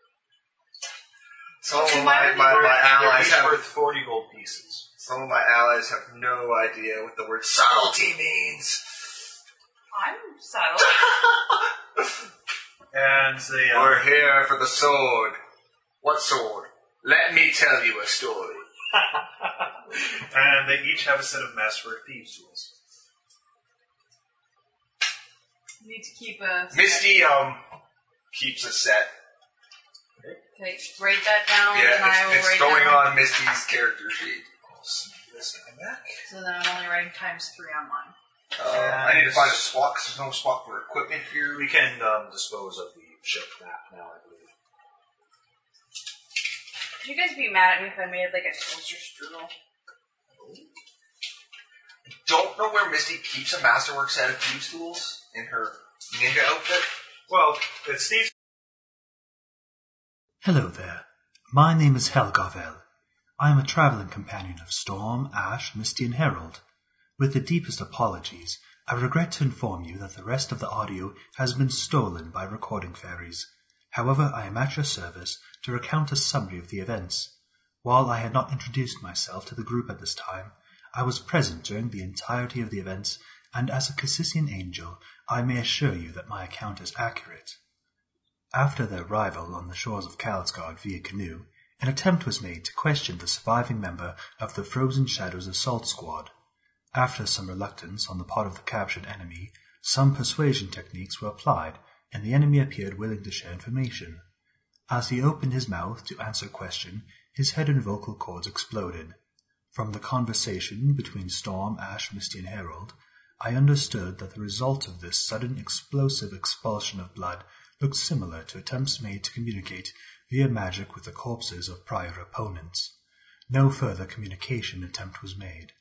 [SPEAKER 2] Some of
[SPEAKER 5] Why
[SPEAKER 2] my,
[SPEAKER 5] would
[SPEAKER 2] my,
[SPEAKER 5] they-
[SPEAKER 2] my
[SPEAKER 3] They're
[SPEAKER 2] allies
[SPEAKER 3] each
[SPEAKER 2] have
[SPEAKER 3] worth 40 gold pieces.
[SPEAKER 2] some of my allies have no idea what the word subtlety means.
[SPEAKER 5] I'm subtle.
[SPEAKER 3] And they uh,
[SPEAKER 2] We're here for the sword. What sword? Let me tell you a story.
[SPEAKER 3] and they each have a set of masterwork thieves tools.
[SPEAKER 5] You need to keep uh, a.
[SPEAKER 2] Misty um keeps a set.
[SPEAKER 5] Okay, write that down and I
[SPEAKER 2] Yeah,
[SPEAKER 5] will
[SPEAKER 2] it's, it's
[SPEAKER 5] write
[SPEAKER 2] going
[SPEAKER 5] down.
[SPEAKER 2] on Misty's character sheet.
[SPEAKER 3] This guy back.
[SPEAKER 5] So then I'm only writing times three on mine.
[SPEAKER 2] Uh, I need to find a swap because there's no swap for equipment here.
[SPEAKER 3] We can um, dispose of the ship map now, I believe.
[SPEAKER 5] Could you guys be mad at me if I made like a toaster strudel?
[SPEAKER 2] Don't know where Misty keeps a masterwork set of thieves tools in her ninja outfit.
[SPEAKER 3] Well, it's thieves
[SPEAKER 12] Hello there. My name is Helgavel. I am a traveling companion of Storm, Ash, Misty, and Herald. With the deepest apologies, I regret to inform you that the rest of the audio has been stolen by recording fairies. However, I am at your service to recount a summary of the events. While I had not introduced myself to the group at this time, I was present during the entirety of the events, and as a Cassisian angel, I may assure you that my account is accurate. After their arrival on the shores of Kalsgaard via canoe, an attempt was made to question the surviving member of the Frozen Shadows assault squad. After some reluctance on the part of the captured enemy, some persuasion techniques were applied, and the enemy appeared willing to share information. As he opened his mouth to answer a question, his head and vocal cords exploded. From the conversation between Storm, Ash, Misty, and Harold, I understood that the result of this sudden explosive expulsion of blood looked similar to attempts made to communicate via magic with the corpses of prior opponents. No further communication attempt was made.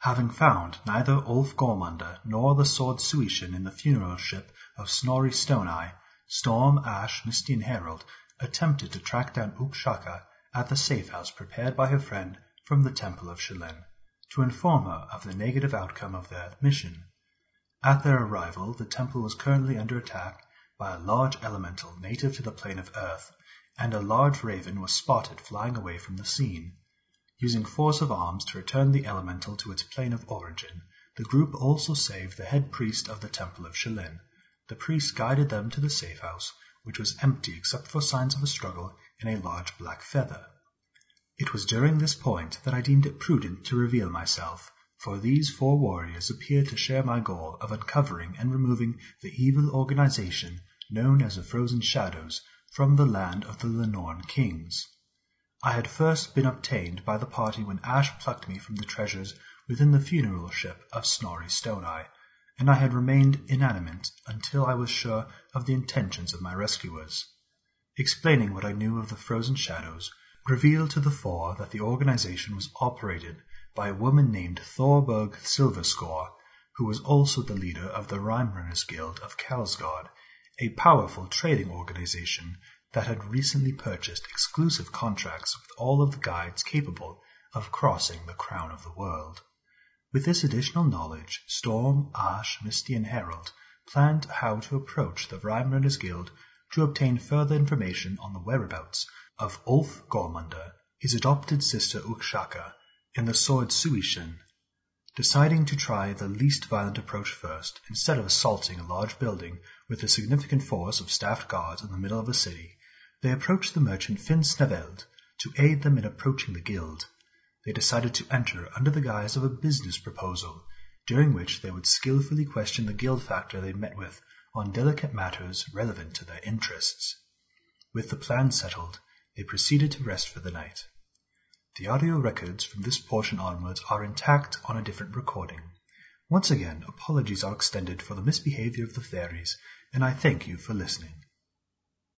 [SPEAKER 12] Having found neither Ulf Gormunder nor the sword Suishin in the funeral ship of Snorri Stone Eye, Storm, Ash, Misty, and Harold attempted to track down Ukshaka at the safe house prepared by her friend from the Temple of Shilin to inform her of the negative outcome of their mission. At their arrival, the temple was currently under attack by a large elemental native to the plane of Earth, and a large raven was spotted flying away from the scene. Using force of arms to return the elemental to its plane of origin, the group also saved the head priest of the Temple of Shilin. The priest guided them to the safe house, which was empty except for signs of a struggle and a large black feather. It was during this point that I deemed it prudent to reveal myself, for these four warriors appeared to share my goal of uncovering and removing the evil organization known as the Frozen Shadows from the land of the Lenorn kings. I had first been obtained by the party when Ash plucked me from the treasures within the funeral ship of Snorri Stoneeye, and I had remained inanimate until I was sure of the intentions of my rescuers. explaining what I knew of the Frozen Shadows, revealed to the four that the organization was operated by a woman named Thorborg Silverscore, who was also the leader of the Rhymrunners Guild of Kalsgard, a powerful trading organization that had recently purchased exclusive contracts with all of the guides capable of crossing the crown of the world. With this additional knowledge, Storm, Ash, Misty, and Herald planned how to approach the Rhyme Runners Guild to obtain further information on the whereabouts of Ulf Gormunder, his adopted sister Ukshaka, and the sword Suishin. Deciding to try the least violent approach first, instead of assaulting a large building with a significant force of staffed guards in the middle of a city, they approached the merchant Finn Sneveld to aid them in approaching the guild they decided to enter under the guise of a business proposal, during which they would skillfully question the guild factor they met with on delicate matters relevant to their interests. With the plan settled, they proceeded to rest for the night. The audio records from this portion onwards are intact on a different recording. Once again, apologies are extended for the misbehavior of the fairies, and I thank you for listening.